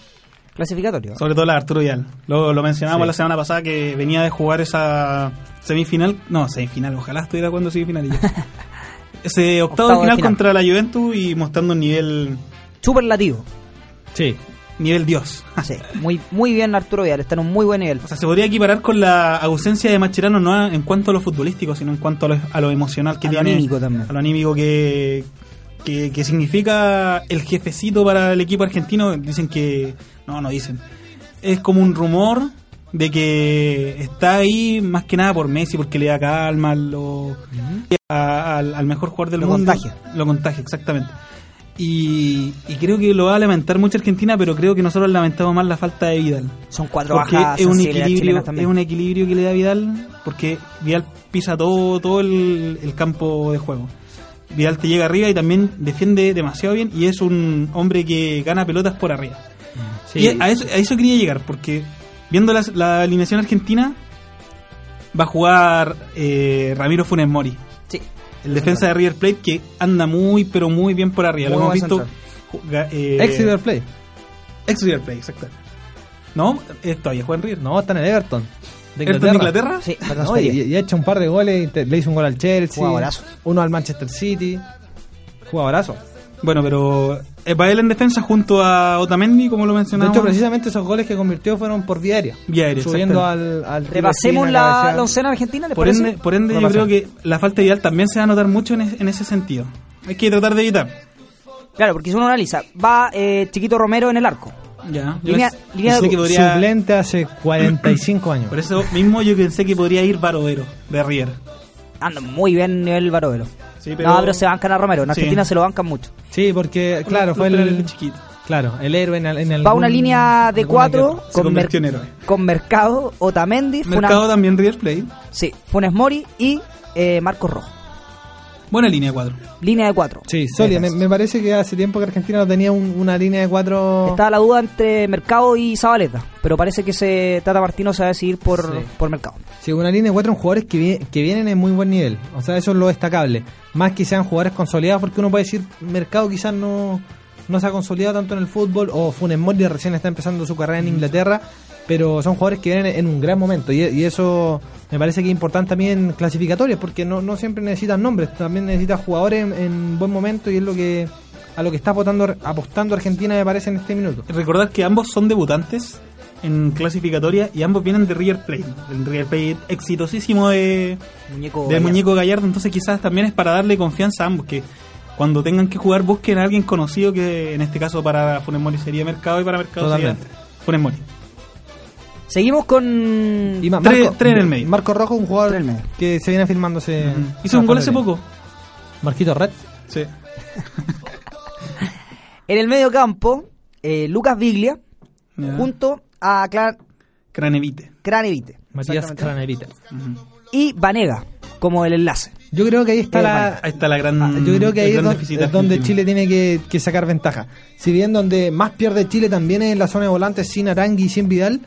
Speaker 1: clasificatorio.
Speaker 2: Sobre todo la de Arturo Vial. Lo, lo mencionábamos
Speaker 4: Sí.
Speaker 2: la semana pasada que venía de jugar esa semifinal. No, semifinal, ojalá estuviera cuando
Speaker 1: <laughs>
Speaker 2: semifinal. ya. Ese octavo,
Speaker 1: Octavo de
Speaker 2: de final,
Speaker 1: final.
Speaker 2: contra la Juventus y mostrando un nivel,
Speaker 1: Superlativo.
Speaker 4: Sí.
Speaker 2: nivel Dios.
Speaker 1: Sí, muy, muy bien Arturo Vidal, está en un muy buen nivel.
Speaker 2: Ah. O sea, se podría equiparar con la ausencia de Mascherano no en cuanto a lo futbolístico, sino en cuanto a lo, a lo emocional que
Speaker 1: A lo
Speaker 2: tiene.
Speaker 1: anímico también.
Speaker 2: A lo anímico que, que, que significa el jefecito para el equipo argentino. Dicen que... No, no dicen. Es como un rumor de que está ahí más que nada por Messi, porque le da calma, lo, a- al, al mejor jugador del
Speaker 1: Lo
Speaker 2: mundo.
Speaker 1: contagia.
Speaker 2: Lo contagia, exactamente. Y, y creo que lo va a lamentar mucho Argentina, pero creo que nosotros lamentamos más la falta de Vidal.
Speaker 1: Son cuatro
Speaker 2: Porque
Speaker 1: bajas
Speaker 2: es un
Speaker 1: sensibles, las
Speaker 2: equilibrio
Speaker 1: chilenas
Speaker 2: es
Speaker 1: también.
Speaker 2: un e- equilibrio que le da Vidal porque Vidal pisa todo todo el, el campo de juego Vidal te llega arriba y también defiende demasiado bien y es un hombre que gana pelotas por arriba
Speaker 4: Sí.
Speaker 2: y a eso, a eso quería llegar porque viendo las- la, alineación argentina va a jugar eh, Ramiro Funes Mori
Speaker 1: Sí.
Speaker 2: el defensa de River Plate que anda muy pero muy bien por arriba
Speaker 1: Muy
Speaker 2: lo hemos
Speaker 1: buen
Speaker 2: visto
Speaker 1: central.
Speaker 2: juega- eh,
Speaker 3: Ex River Plate.
Speaker 2: ex River Plate exacto no eh, todavía juega en River no
Speaker 3: No, está en el Everton. De
Speaker 2: ¿Everton de Inglaterra?
Speaker 1: Sí, perdón,
Speaker 3: No, y,
Speaker 1: Soria.
Speaker 3: y ha hecho un par de goles, te- le hizo un gol al Chelsea,
Speaker 1: Juega golazo.
Speaker 3: uno al Manchester City, jugadorazo.
Speaker 2: Bueno, pero eh, va él en defensa junto a Otamendi, como lo
Speaker 3: De
Speaker 2: mencionamos.
Speaker 3: hecho, precisamente esos goles que convirtió fueron por vía aérea,
Speaker 2: Vía aérea,
Speaker 3: subiendo al, al
Speaker 1: Repasemos
Speaker 3: River
Speaker 1: la,
Speaker 3: Plate,
Speaker 1: la oncena argentina, ¿les
Speaker 2: por e-
Speaker 1: parece?
Speaker 2: ende, por ende
Speaker 3: No
Speaker 2: yo
Speaker 3: pasa.
Speaker 2: creo que la falta de ideal también se va a notar mucho en, es- en ese sentido. Hay que tratar de evitar.
Speaker 1: Claro, porque si uno analiza, va eh, Chiquito Romero en el arco.
Speaker 2: Ya.
Speaker 1: Línea- línea de-
Speaker 2: que podría,
Speaker 3: Suplente hace 45 años.
Speaker 2: Por eso mismo yo pensé que podría ir Barovero de River.
Speaker 1: Anda muy bien nivel Barovero.
Speaker 2: Sí, pero-
Speaker 1: No, pero se bancan a Romero. En
Speaker 2: Sí.
Speaker 1: Argentina se lo bancan mucho.
Speaker 3: Sí, porque claro,
Speaker 2: Un
Speaker 3: fue el
Speaker 2: lateral chiquito.
Speaker 3: claro, el héroe en, el- en
Speaker 1: Va
Speaker 3: algún-
Speaker 1: una línea de
Speaker 3: alguna que
Speaker 1: cuatro
Speaker 3: otra.
Speaker 2: Se
Speaker 1: con,
Speaker 2: convirtió en
Speaker 1: Mer-
Speaker 2: héroe.
Speaker 1: con Mercado, Otamendi, Funes,
Speaker 2: Mercado también River Plate.
Speaker 1: sí, Funes Mori y eh, Marcos Rojo.
Speaker 2: Buena línea 4.
Speaker 1: Línea de cuatro.
Speaker 3: Sí, Soria, me, me parece que hace tiempo que Argentina no tenía un- una línea de cuatro
Speaker 1: Estaba la duda entre Mercado y Zabaleta, pero parece que se Tata Martino se va a decidir por,
Speaker 3: Sí.
Speaker 1: por Mercado.
Speaker 3: Sí, una línea de cuatro en jugadores que, vi- que vienen en muy buen nivel. O sea, eso es lo destacable. Más que sean jugadores consolidados, porque uno puede decir, mercado quizás no, no se ha consolidado tanto en el fútbol, o Funes Mori recién está empezando su carrera en Inglaterra, pero son jugadores que vienen en un gran momento. Y, y eso me parece que es importante también en clasificatorias, porque no, no siempre necesitas nombres, también necesitas jugadores en, en buen momento, y es lo que a lo que está apostando, apostando Argentina, me parece, en este minuto.
Speaker 2: Recordar que ambos son debutantes en clasificatoria y ambos vienen de River Plate. El River Plate exitosísimo de,
Speaker 1: Muñeco
Speaker 2: del
Speaker 1: Gallardo.
Speaker 2: muñeco Gallardo, entonces quizás también es para darle confianza a ambos, que cuando tengan que jugar busquen a alguien conocido, que en este caso para Funes Mori sería Mercado y para Mercado
Speaker 3: Totalmente.
Speaker 2: sería Funes Mori.
Speaker 1: Seguimos con
Speaker 3: Y Ma-
Speaker 2: Tres- tres en el medio.
Speaker 3: Marco Rojo, un
Speaker 1: Tres
Speaker 3: jugador
Speaker 1: en el medio.
Speaker 3: que se viene afirmándose.
Speaker 2: Hizo un gol hace poco.
Speaker 3: Marquito Red.
Speaker 2: Sí.
Speaker 1: en el medio campo eh, Lucas Viglia junto a Cla-
Speaker 2: Cranevite.
Speaker 1: Cranevite
Speaker 3: Matías
Speaker 1: Exactamente.
Speaker 3: Cranerita.
Speaker 1: y Vanega como el enlace.
Speaker 3: Yo creo que ahí está
Speaker 1: Eh,
Speaker 3: la.
Speaker 2: Ahí está la gran.
Speaker 3: ah, Yo creo que
Speaker 2: el
Speaker 3: ahí es
Speaker 2: gran
Speaker 3: don- es
Speaker 2: déficit
Speaker 3: donde,
Speaker 2: argentino.
Speaker 3: Chile tiene que, que sacar ventaja. Si bien donde más pierde Chile también es en la zona de volantes sin Arangui y sin Vidal,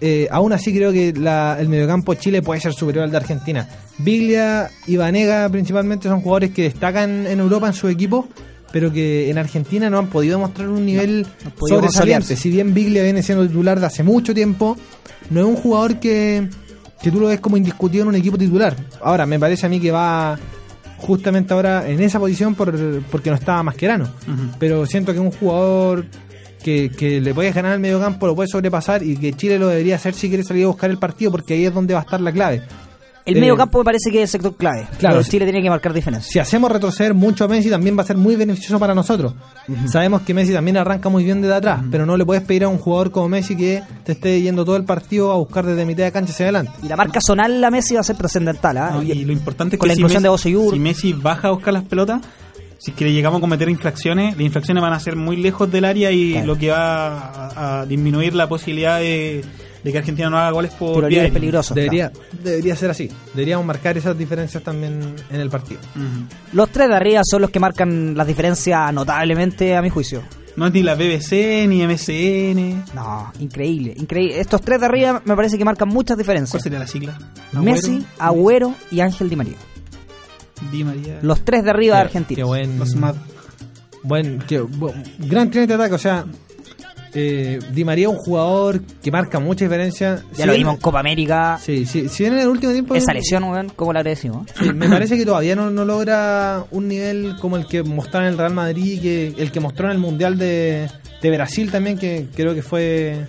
Speaker 3: eh, aún así creo que la- el mediocampo de Chile puede ser superior al de Argentina. Biglia y Vanega principalmente son jugadores que destacan en Europa en su equipo, pero que en Argentina no han podido mostrar un nivel
Speaker 1: no han podido
Speaker 3: sobresaliente.
Speaker 1: consolidarse.
Speaker 3: Si bien Biglia viene siendo titular de hace mucho tiempo, no es un jugador que, que tú lo ves como indiscutido en un equipo titular. Ahora, me parece a mí que va justamente ahora en esa posición por, porque no estaba Mascherano
Speaker 2: Ujú.
Speaker 3: pero siento que un jugador que, que le puedes ganar al mediocampo lo puede sobrepasar y que Chile lo debería hacer si quiere salir a buscar el partido porque ahí es donde va a estar la clave.
Speaker 1: El
Speaker 3: Eh,
Speaker 1: medio campo me parece que es el sector clave.
Speaker 3: claro,
Speaker 1: Pero
Speaker 3: sí.
Speaker 1: Chile tiene que marcar diferencia.
Speaker 3: Si hacemos retroceder mucho a Messi también va a ser muy beneficioso para nosotros. Sabemos que Messi también arranca muy bien desde atrás, pero no le puedes pedir a un jugador como Messi que te esté yendo todo el partido a buscar desde mitad de cancha hacia adelante.
Speaker 1: Y la marca zonal la Messi va a ser trascendental. ¿ah?
Speaker 2: No,
Speaker 1: Y-
Speaker 2: y lo importante es
Speaker 1: con
Speaker 2: que
Speaker 1: la
Speaker 2: si
Speaker 1: inclusión
Speaker 2: Messi,
Speaker 1: de Osoyur.
Speaker 2: si Messi baja a buscar las pelotas, si es que le llegamos a cometer infracciones, las infracciones van a ser muy lejos del área y
Speaker 1: Claro.
Speaker 2: lo que va a, a disminuir la posibilidad de, de que Argentina no haga goles por
Speaker 1: Tiro
Speaker 2: vía
Speaker 1: libre
Speaker 2: aérea.
Speaker 1: peligroso.
Speaker 3: Debería,
Speaker 1: claro.
Speaker 3: debería ser así. Deberíamos marcar esas diferencias también en el partido.
Speaker 2: Ujú.
Speaker 1: Los tres de arriba son los que marcan las diferencias notablemente a mi juicio.
Speaker 2: No es ni la BBC ni MCN.
Speaker 1: No, increíble, increíble. Estos tres de arriba me parece que marcan muchas
Speaker 2: ¿Cuál
Speaker 1: diferencias.
Speaker 2: sería la sigla?
Speaker 1: Messi, Agüero y Ángel Di María.
Speaker 2: Di María.
Speaker 1: Los tres de arriba de
Speaker 3: Qué
Speaker 1: Argentina.
Speaker 3: buen,
Speaker 2: Los Mad.
Speaker 3: Buen, que, bu- gran trinete de ataque, o sea, eh, Di María es un jugador que marca mucha diferencia.
Speaker 1: Ya
Speaker 3: Si
Speaker 1: lo
Speaker 3: bien-
Speaker 1: vimos en Copa América.
Speaker 3: Sí, sí, si bien en el último tiempo.
Speaker 1: Esa lesión, weón, ¿cómo la agradecimos?
Speaker 3: Sí, me parece que todavía no, no logra un nivel como el que mostró en el Real Madrid y que el que mostró en el Mundial de, de Brasil también, que creo que fue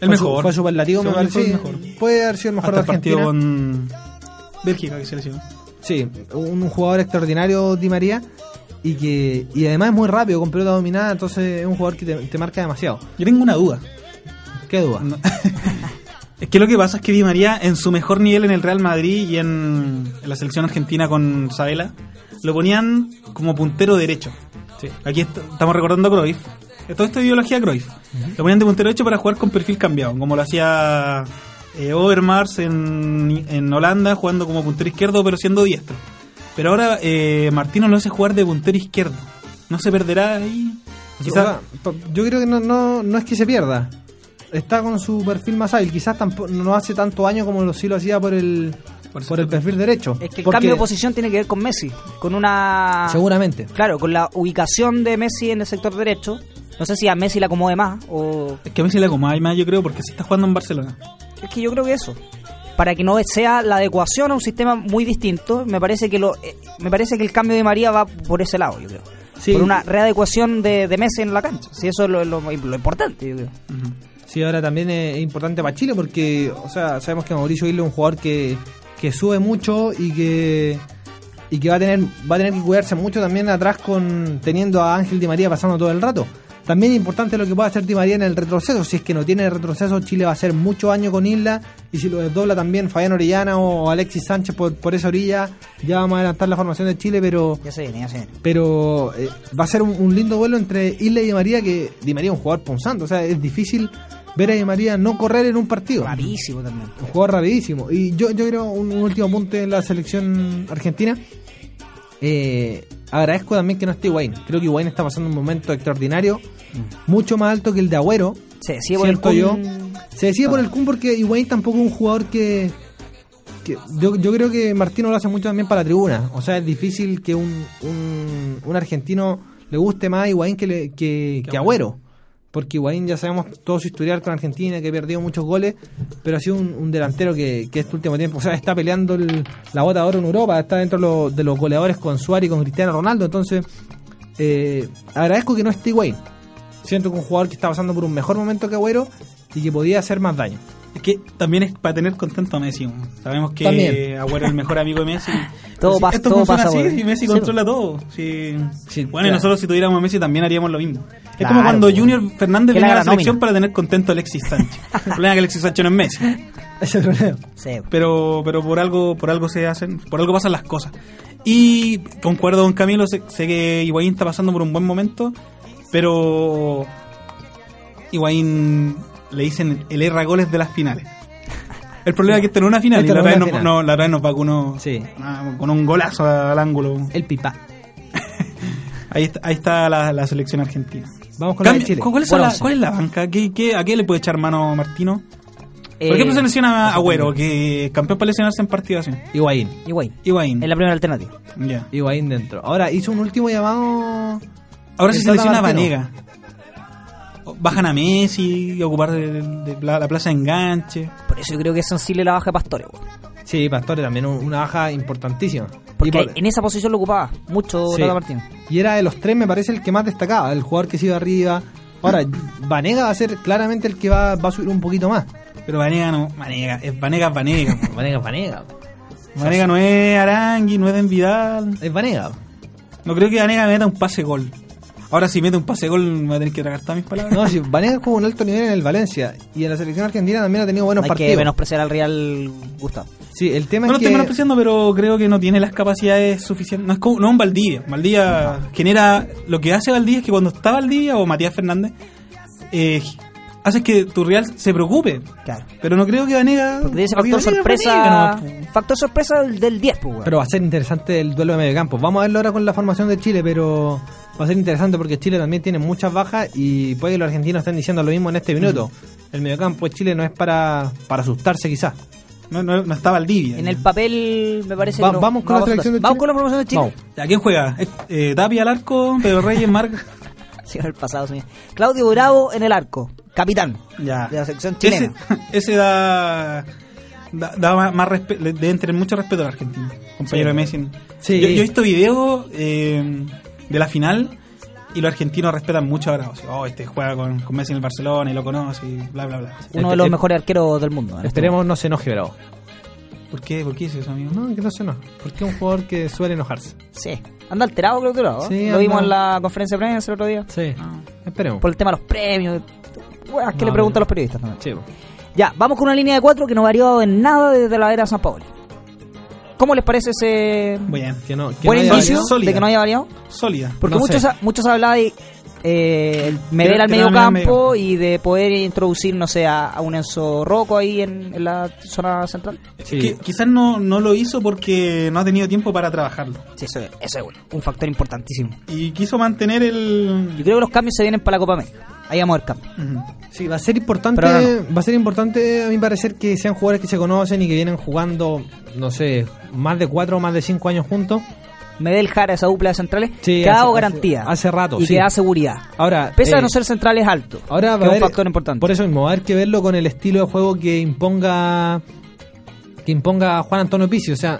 Speaker 2: El
Speaker 3: fue su-
Speaker 2: mejor.
Speaker 3: Fue superlativo, me
Speaker 2: Según yo,
Speaker 3: parece.
Speaker 2: fue el
Speaker 3: Sí,
Speaker 2: mejor.
Speaker 3: Puede haber sido el mejor
Speaker 2: Hasta el
Speaker 3: de Argentina.
Speaker 2: partido con Bélgica que se lesionó.
Speaker 3: Sí, un, un jugador extraordinario, Di María. Y que y además es muy rápido, con pelota dominada, entonces es un jugador que te, te marca demasiado.
Speaker 2: Yo tengo una duda.
Speaker 3: ¿Qué duda?
Speaker 2: No. <laughs> es que lo que pasa es que Di María, en su mejor nivel en el Real Madrid y en, en la selección argentina con Sabela, lo ponían como puntero derecho.
Speaker 3: Sí.
Speaker 2: Aquí est- estamos recordando a Cruyff. Eh, Todo esto es ideología Cruyff. Lo ponían de puntero derecho para jugar con perfil cambiado, como lo hacía eh, Overmars en, en Holanda, jugando como puntero izquierdo, pero siendo diestro. Pero ahora eh, Martino lo hace jugar de puntero izquierdo. No se perderá ahí.
Speaker 3: O
Speaker 2: Quizás
Speaker 3: sea, pa- yo creo que no, no, no es que se pierda. Está con su perfil más hábil. Quizás tampoco, no hace tanto daño como lo, sí lo hacía por el, por
Speaker 2: Por
Speaker 3: el
Speaker 2: supuesto.
Speaker 3: perfil derecho.
Speaker 1: Es que el
Speaker 3: Porque
Speaker 1: cambio de posición tiene que ver con Messi. Con una.
Speaker 3: Seguramente.
Speaker 1: Claro, con la ubicación de Messi en el sector derecho. No sé si a Messi la acomode más o.
Speaker 2: es que a mí se le acomoda más, yo creo, porque se está jugando en Barcelona.
Speaker 1: Es que yo creo que eso. Para que no sea la adecuación a un sistema muy distinto, me parece que lo, eh, me parece que el cambio de María va por ese lado, yo creo.
Speaker 3: Sí.
Speaker 1: Por una readecuación de, de Messi en la cancha. Si eso es lo, lo- lo importante, yo creo.
Speaker 2: Ujú.
Speaker 3: Sí, ahora también es importante para Chile porque, o sea, sabemos que Mauricio Isla es un jugador que, que sube mucho y que y que va a tener va a tener que cuidarse mucho también atrás con teniendo a Ángel Di María pasando todo el rato. También es importante lo que pueda hacer Di María en el retroceso. Si es que no tiene retroceso, Chile va a hacer mucho daño con Isla. Y si lo desdobla también Fabián Orellana o Alexis Sánchez por, por esa orilla, ya vamos a adelantar la formación de Chile, pero
Speaker 1: Ya se viene, ya se viene.
Speaker 3: pero eh, va a ser un, un lindo duelo entre Isla y Di María, que Di María es un jugador punzante. O sea, es difícil ver a Di María no correr en un partido.
Speaker 1: Rapidísimo también.
Speaker 3: Un jugador rapidísimo. Y yo, yo creo un, un último apunte en la selección argentina. Eh, agradezco también que no esté Wayne. Creo que Wayne está pasando un momento extraordinario, mucho más alto que el de Agüero.
Speaker 1: Se decide Mm. por el
Speaker 3: Siento
Speaker 1: Kun.
Speaker 3: yo. Se decide por el Kun porque Higuaín tampoco es un jugador que... que- yo, yo creo que Martino lo hace mucho también para la tribuna. O sea, es difícil que un, un, un argentino le guste más a Higuaín que, le- que, que Agüero. Porque Higuaín ya sabemos todo su historial con Argentina, que ha perdido muchos goles, pero ha sido un, un delantero que, que este último tiempo, o sea, está peleando el- la bota de oro en Europa, está dentro de los- de los goleadores con Suárez y con Cristiano Ronaldo. Entonces, eh, agradezco que no esté Higuaín. Siento que un jugador que está pasando por un mejor momento que Agüero y que podía hacer más daño. <laughs>
Speaker 2: Es que también es para tener contento a Messi. ¿no? Sabemos que
Speaker 3: También.
Speaker 2: Agüero es el mejor amigo de
Speaker 1: <laughs>
Speaker 2: Messi.
Speaker 1: Todo
Speaker 2: Pero si
Speaker 1: pasa-
Speaker 2: esto
Speaker 1: todo
Speaker 2: funciona
Speaker 1: pasa por
Speaker 2: así
Speaker 1: él.
Speaker 2: y Messi
Speaker 1: Sí,
Speaker 2: controla todo. Sí.
Speaker 3: Sí,
Speaker 2: bueno, y
Speaker 3: claro.
Speaker 2: nosotros si tuviéramos a Messi también haríamos lo mismo. Es
Speaker 1: Claro,
Speaker 2: como cuando
Speaker 1: bueno.
Speaker 2: Junior Fernández
Speaker 1: Que le
Speaker 2: viene a la
Speaker 1: haga la
Speaker 2: selección
Speaker 1: nómina.
Speaker 2: para tener contento a Alexis
Speaker 1: <laughs>
Speaker 2: Sánchez. el problema es que Alexis Sánchez no es Messi.
Speaker 3: Ese es el problema.
Speaker 1: Sí.
Speaker 2: Pero, pero por algo, por algo se hacen, por algo pasan las cosas. Y concuerdo con Camilo, sé, sé que Higuaín está pasando por un buen momento, pero Higuaín le dicen el erra goles de las finales. El problema es que esta no es una final
Speaker 3: Esta
Speaker 2: y la
Speaker 3: no es
Speaker 2: verdad
Speaker 3: una
Speaker 2: no,
Speaker 3: final.
Speaker 2: no- la verdad nos va con, uno-
Speaker 3: Sí.
Speaker 2: ah, con un golazo al ángulo.
Speaker 3: El pipa.
Speaker 2: Ahí está, ahí está la, la selección argentina.
Speaker 3: Vamos con la de
Speaker 2: Cambia-
Speaker 3: Chile.
Speaker 2: ¿cuál, es la,
Speaker 1: Bueno, sí.
Speaker 2: cuál es la banca? ¿Qué, qué- a qué le puede echar mano Martino? Por
Speaker 1: Eh,
Speaker 2: ejemplo, se lesiona a Agüero, que campeón para lesionarse en partidas.
Speaker 3: Higuaín.
Speaker 1: Higuaín.
Speaker 2: Higuaín.
Speaker 1: Es la primera alternativa.
Speaker 2: Ya.
Speaker 3: Higuaín dentro. Ahora hizo un último llamado.
Speaker 2: Ahora
Speaker 3: El
Speaker 2: se selecciona a
Speaker 3: Tata Martino.
Speaker 2: Vanega. Bajan a Messi, a ocupar de, de la, la plaza de enganche.
Speaker 1: Por eso yo creo que es sensible la baja de Pastore, weón.
Speaker 3: Sí, Pastore también un- una baja importantísima. Y,
Speaker 1: Porque
Speaker 3: por-
Speaker 1: en esa posición lo ocupaba mucho
Speaker 3: sí.
Speaker 1: Tata Martínez.
Speaker 3: Y era de los tres, me parece, el que más destacaba. El jugador que se iba arriba. Ahora, Vanega va a ser claramente el que va, va a subir un poquito más.
Speaker 2: Pero Vanega no, Vanega, es Vanega, es Vanega.
Speaker 3: <laughs>
Speaker 2: po.
Speaker 3: Vanega es Vanega.
Speaker 2: Vanega no es Arangui, no es Denvidal.
Speaker 3: Es Vanega.
Speaker 2: No creo que Vanega meta un pase gol. Ahora si mete un pase gol me voy a tener que tragar todas mis palabras.
Speaker 3: No, sí, Vanega jugó un alto nivel en el Valencia. Y en la selección argentina también ha tenido buenos
Speaker 1: Hay que
Speaker 3: partidos.
Speaker 1: menospreciar al Real Gustavo.
Speaker 3: Sí, el tema
Speaker 2: No lo
Speaker 3: es
Speaker 2: estoy
Speaker 3: que.
Speaker 2: menospreciando, pero creo que no tiene las capacidades suficientes. No es como, no es un Valdivia. Valdivia genera. Lo que hace Valdivia es que cuando está Valdivia o Matías Fernández, eh, hace que tu Real se preocupe.
Speaker 1: Claro.
Speaker 2: Pero no creo que Vanega.
Speaker 1: Porque tiene ese
Speaker 2: porque
Speaker 1: factor
Speaker 2: Vanega es
Speaker 1: sorpresa.
Speaker 2: Vanega, no,
Speaker 1: Factor sorpresa del, del 10, pues, weón.
Speaker 3: Pero va a ser interesante el duelo de mediocampo. Vamos a verlo ahora con la formación de Chile, pero va a ser interesante porque Chile también tiene muchas bajas y puede que los argentinos estén diciendo lo mismo en este minuto. El mediocampo de Chile no es para, para asustarse quizás.
Speaker 2: no, no- no está Valdivia.
Speaker 1: En el papel me parece
Speaker 3: Va-
Speaker 1: que no-
Speaker 3: vamos
Speaker 1: no
Speaker 3: con la
Speaker 1: va a
Speaker 3: selección de
Speaker 1: pasar. Vamos
Speaker 3: Chile.
Speaker 1: con la promoción de Chile.
Speaker 3: Vamos.
Speaker 2: ¿A quién juega? Eh, eh, Tapia al arco, Pedro Reyes, Marc.
Speaker 1: <laughs> Sí, en el pasado, señor. Claudio Bravo en el arco, capitán
Speaker 2: Ya.
Speaker 1: de la sección
Speaker 2: Ese,
Speaker 1: chilena.
Speaker 2: <laughs> ese da, da, da más, más respe- le deben tener mucho respeto a la Argentina, compañero de Messi.
Speaker 3: Sí.
Speaker 2: Yo, yo he visto videos eh, de la final y los argentinos respetan mucho ahora. O sea, oh, este juega con, con Messi en el Barcelona y lo conoce y bla, bla, bla.
Speaker 1: Uno de
Speaker 3: Espe-
Speaker 1: los
Speaker 3: esp-
Speaker 1: mejores arqueros del mundo. en este
Speaker 3: Esperemos no se enoje Bravo.
Speaker 2: ¿Por qué? ¿Por qué hizo eso, amigo?
Speaker 3: No, que no se enoje. Porque es un jugador que suele enojarse.
Speaker 1: momento. Sí. Anda alterado, Claudio Bravo. ¿eh?
Speaker 3: Sí,
Speaker 1: lo vimos
Speaker 3: anda-
Speaker 1: en la conferencia de prensa el otro día.
Speaker 3: Sí.
Speaker 2: Ah.
Speaker 3: Esperemos.
Speaker 1: Por el tema de los premios. Weas que
Speaker 3: No,
Speaker 1: le preguntan
Speaker 3: pero-
Speaker 1: los periodistas. también.
Speaker 3: Sí, po.
Speaker 1: Ya, vamos con una línea de cuatro que no ha variado en nada desde la era San Paolo. ¿Cómo les parece ese
Speaker 2: Bueno,
Speaker 3: Que no, que
Speaker 1: buen
Speaker 3: no haya
Speaker 1: indicio
Speaker 3: variado.
Speaker 2: sólida.
Speaker 1: de que no haya variado?
Speaker 2: sólida.
Speaker 1: Porque
Speaker 3: No
Speaker 1: muchos,
Speaker 3: sé.
Speaker 1: ha- muchos hablaban de eh, el Medel
Speaker 2: Creo
Speaker 1: al
Speaker 2: que
Speaker 1: medio
Speaker 2: no había medio
Speaker 1: campo
Speaker 2: campo.
Speaker 1: y de poder introducir, no sé, a, a un Enzo Rocco ahí en, en la zona central.
Speaker 3: Sí.
Speaker 2: Qui- quizás no, no lo hizo porque no ha tenido tiempo para trabajarlo.
Speaker 1: Sí, eso, es- eso es un, un factor importantísimo.
Speaker 2: Y quiso mantener
Speaker 1: Yo
Speaker 2: el...
Speaker 1: creo que los cambios se vienen para la Copa América. Ahí vamos a ver cambios.
Speaker 2: Ujú.
Speaker 3: Sí, va a ser importante,
Speaker 1: Pero ahora
Speaker 3: va a ser importante a mi parecer que sean jugadores que se conocen y que vienen jugando, no sé, más de cuatro o más de cinco años juntos.
Speaker 1: Medel Jara, esa dupla de centrales,
Speaker 3: Sí,
Speaker 1: que ha dado
Speaker 3: hace-
Speaker 1: garantía.
Speaker 3: hace- hace rato,
Speaker 1: Y
Speaker 3: sí.
Speaker 1: que da seguridad.
Speaker 3: Ahora,
Speaker 1: Pese a
Speaker 3: eh,
Speaker 1: no ser centrales altos,
Speaker 3: ahora va
Speaker 1: que
Speaker 3: a
Speaker 1: es un
Speaker 3: haber-
Speaker 1: factor importante.
Speaker 3: Por eso mismo, va a haber que verlo con el estilo de juego que imponga que imponga Juan Antonio Pizzi, o sea,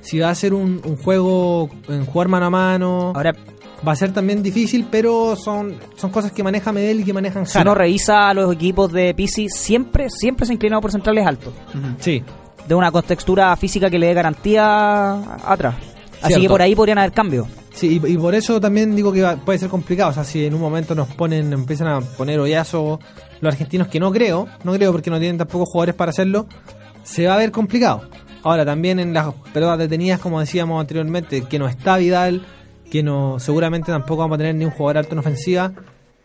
Speaker 3: si va a ser un, un juego en jugar mano a mano,
Speaker 1: Ahora,
Speaker 3: va a ser también difícil, pero son son cosas que maneja Medel y que manejan
Speaker 1: si uno
Speaker 3: Jara.
Speaker 1: revisa a los equipos de Pisi, siempre, siempre se ha inclinado por centrales altos.
Speaker 2: Ujú.
Speaker 3: Sí,
Speaker 1: de una contextura física que le dé garantía atrás. Así
Speaker 3: Cierto.
Speaker 1: que por ahí podrían haber cambios.
Speaker 3: Sí, y, y por eso también digo que va- puede ser complicado. O sea, si en un momento nos ponen, empiezan a poner hoyazo los argentinos, que no creo, no creo porque no tienen tampoco jugadores para hacerlo, se va a ver complicado. Ahora, también en las pelotas detenidas, como decíamos anteriormente, que no está Vidal, que no seguramente tampoco vamos a tener ni un jugador alto en ofensiva,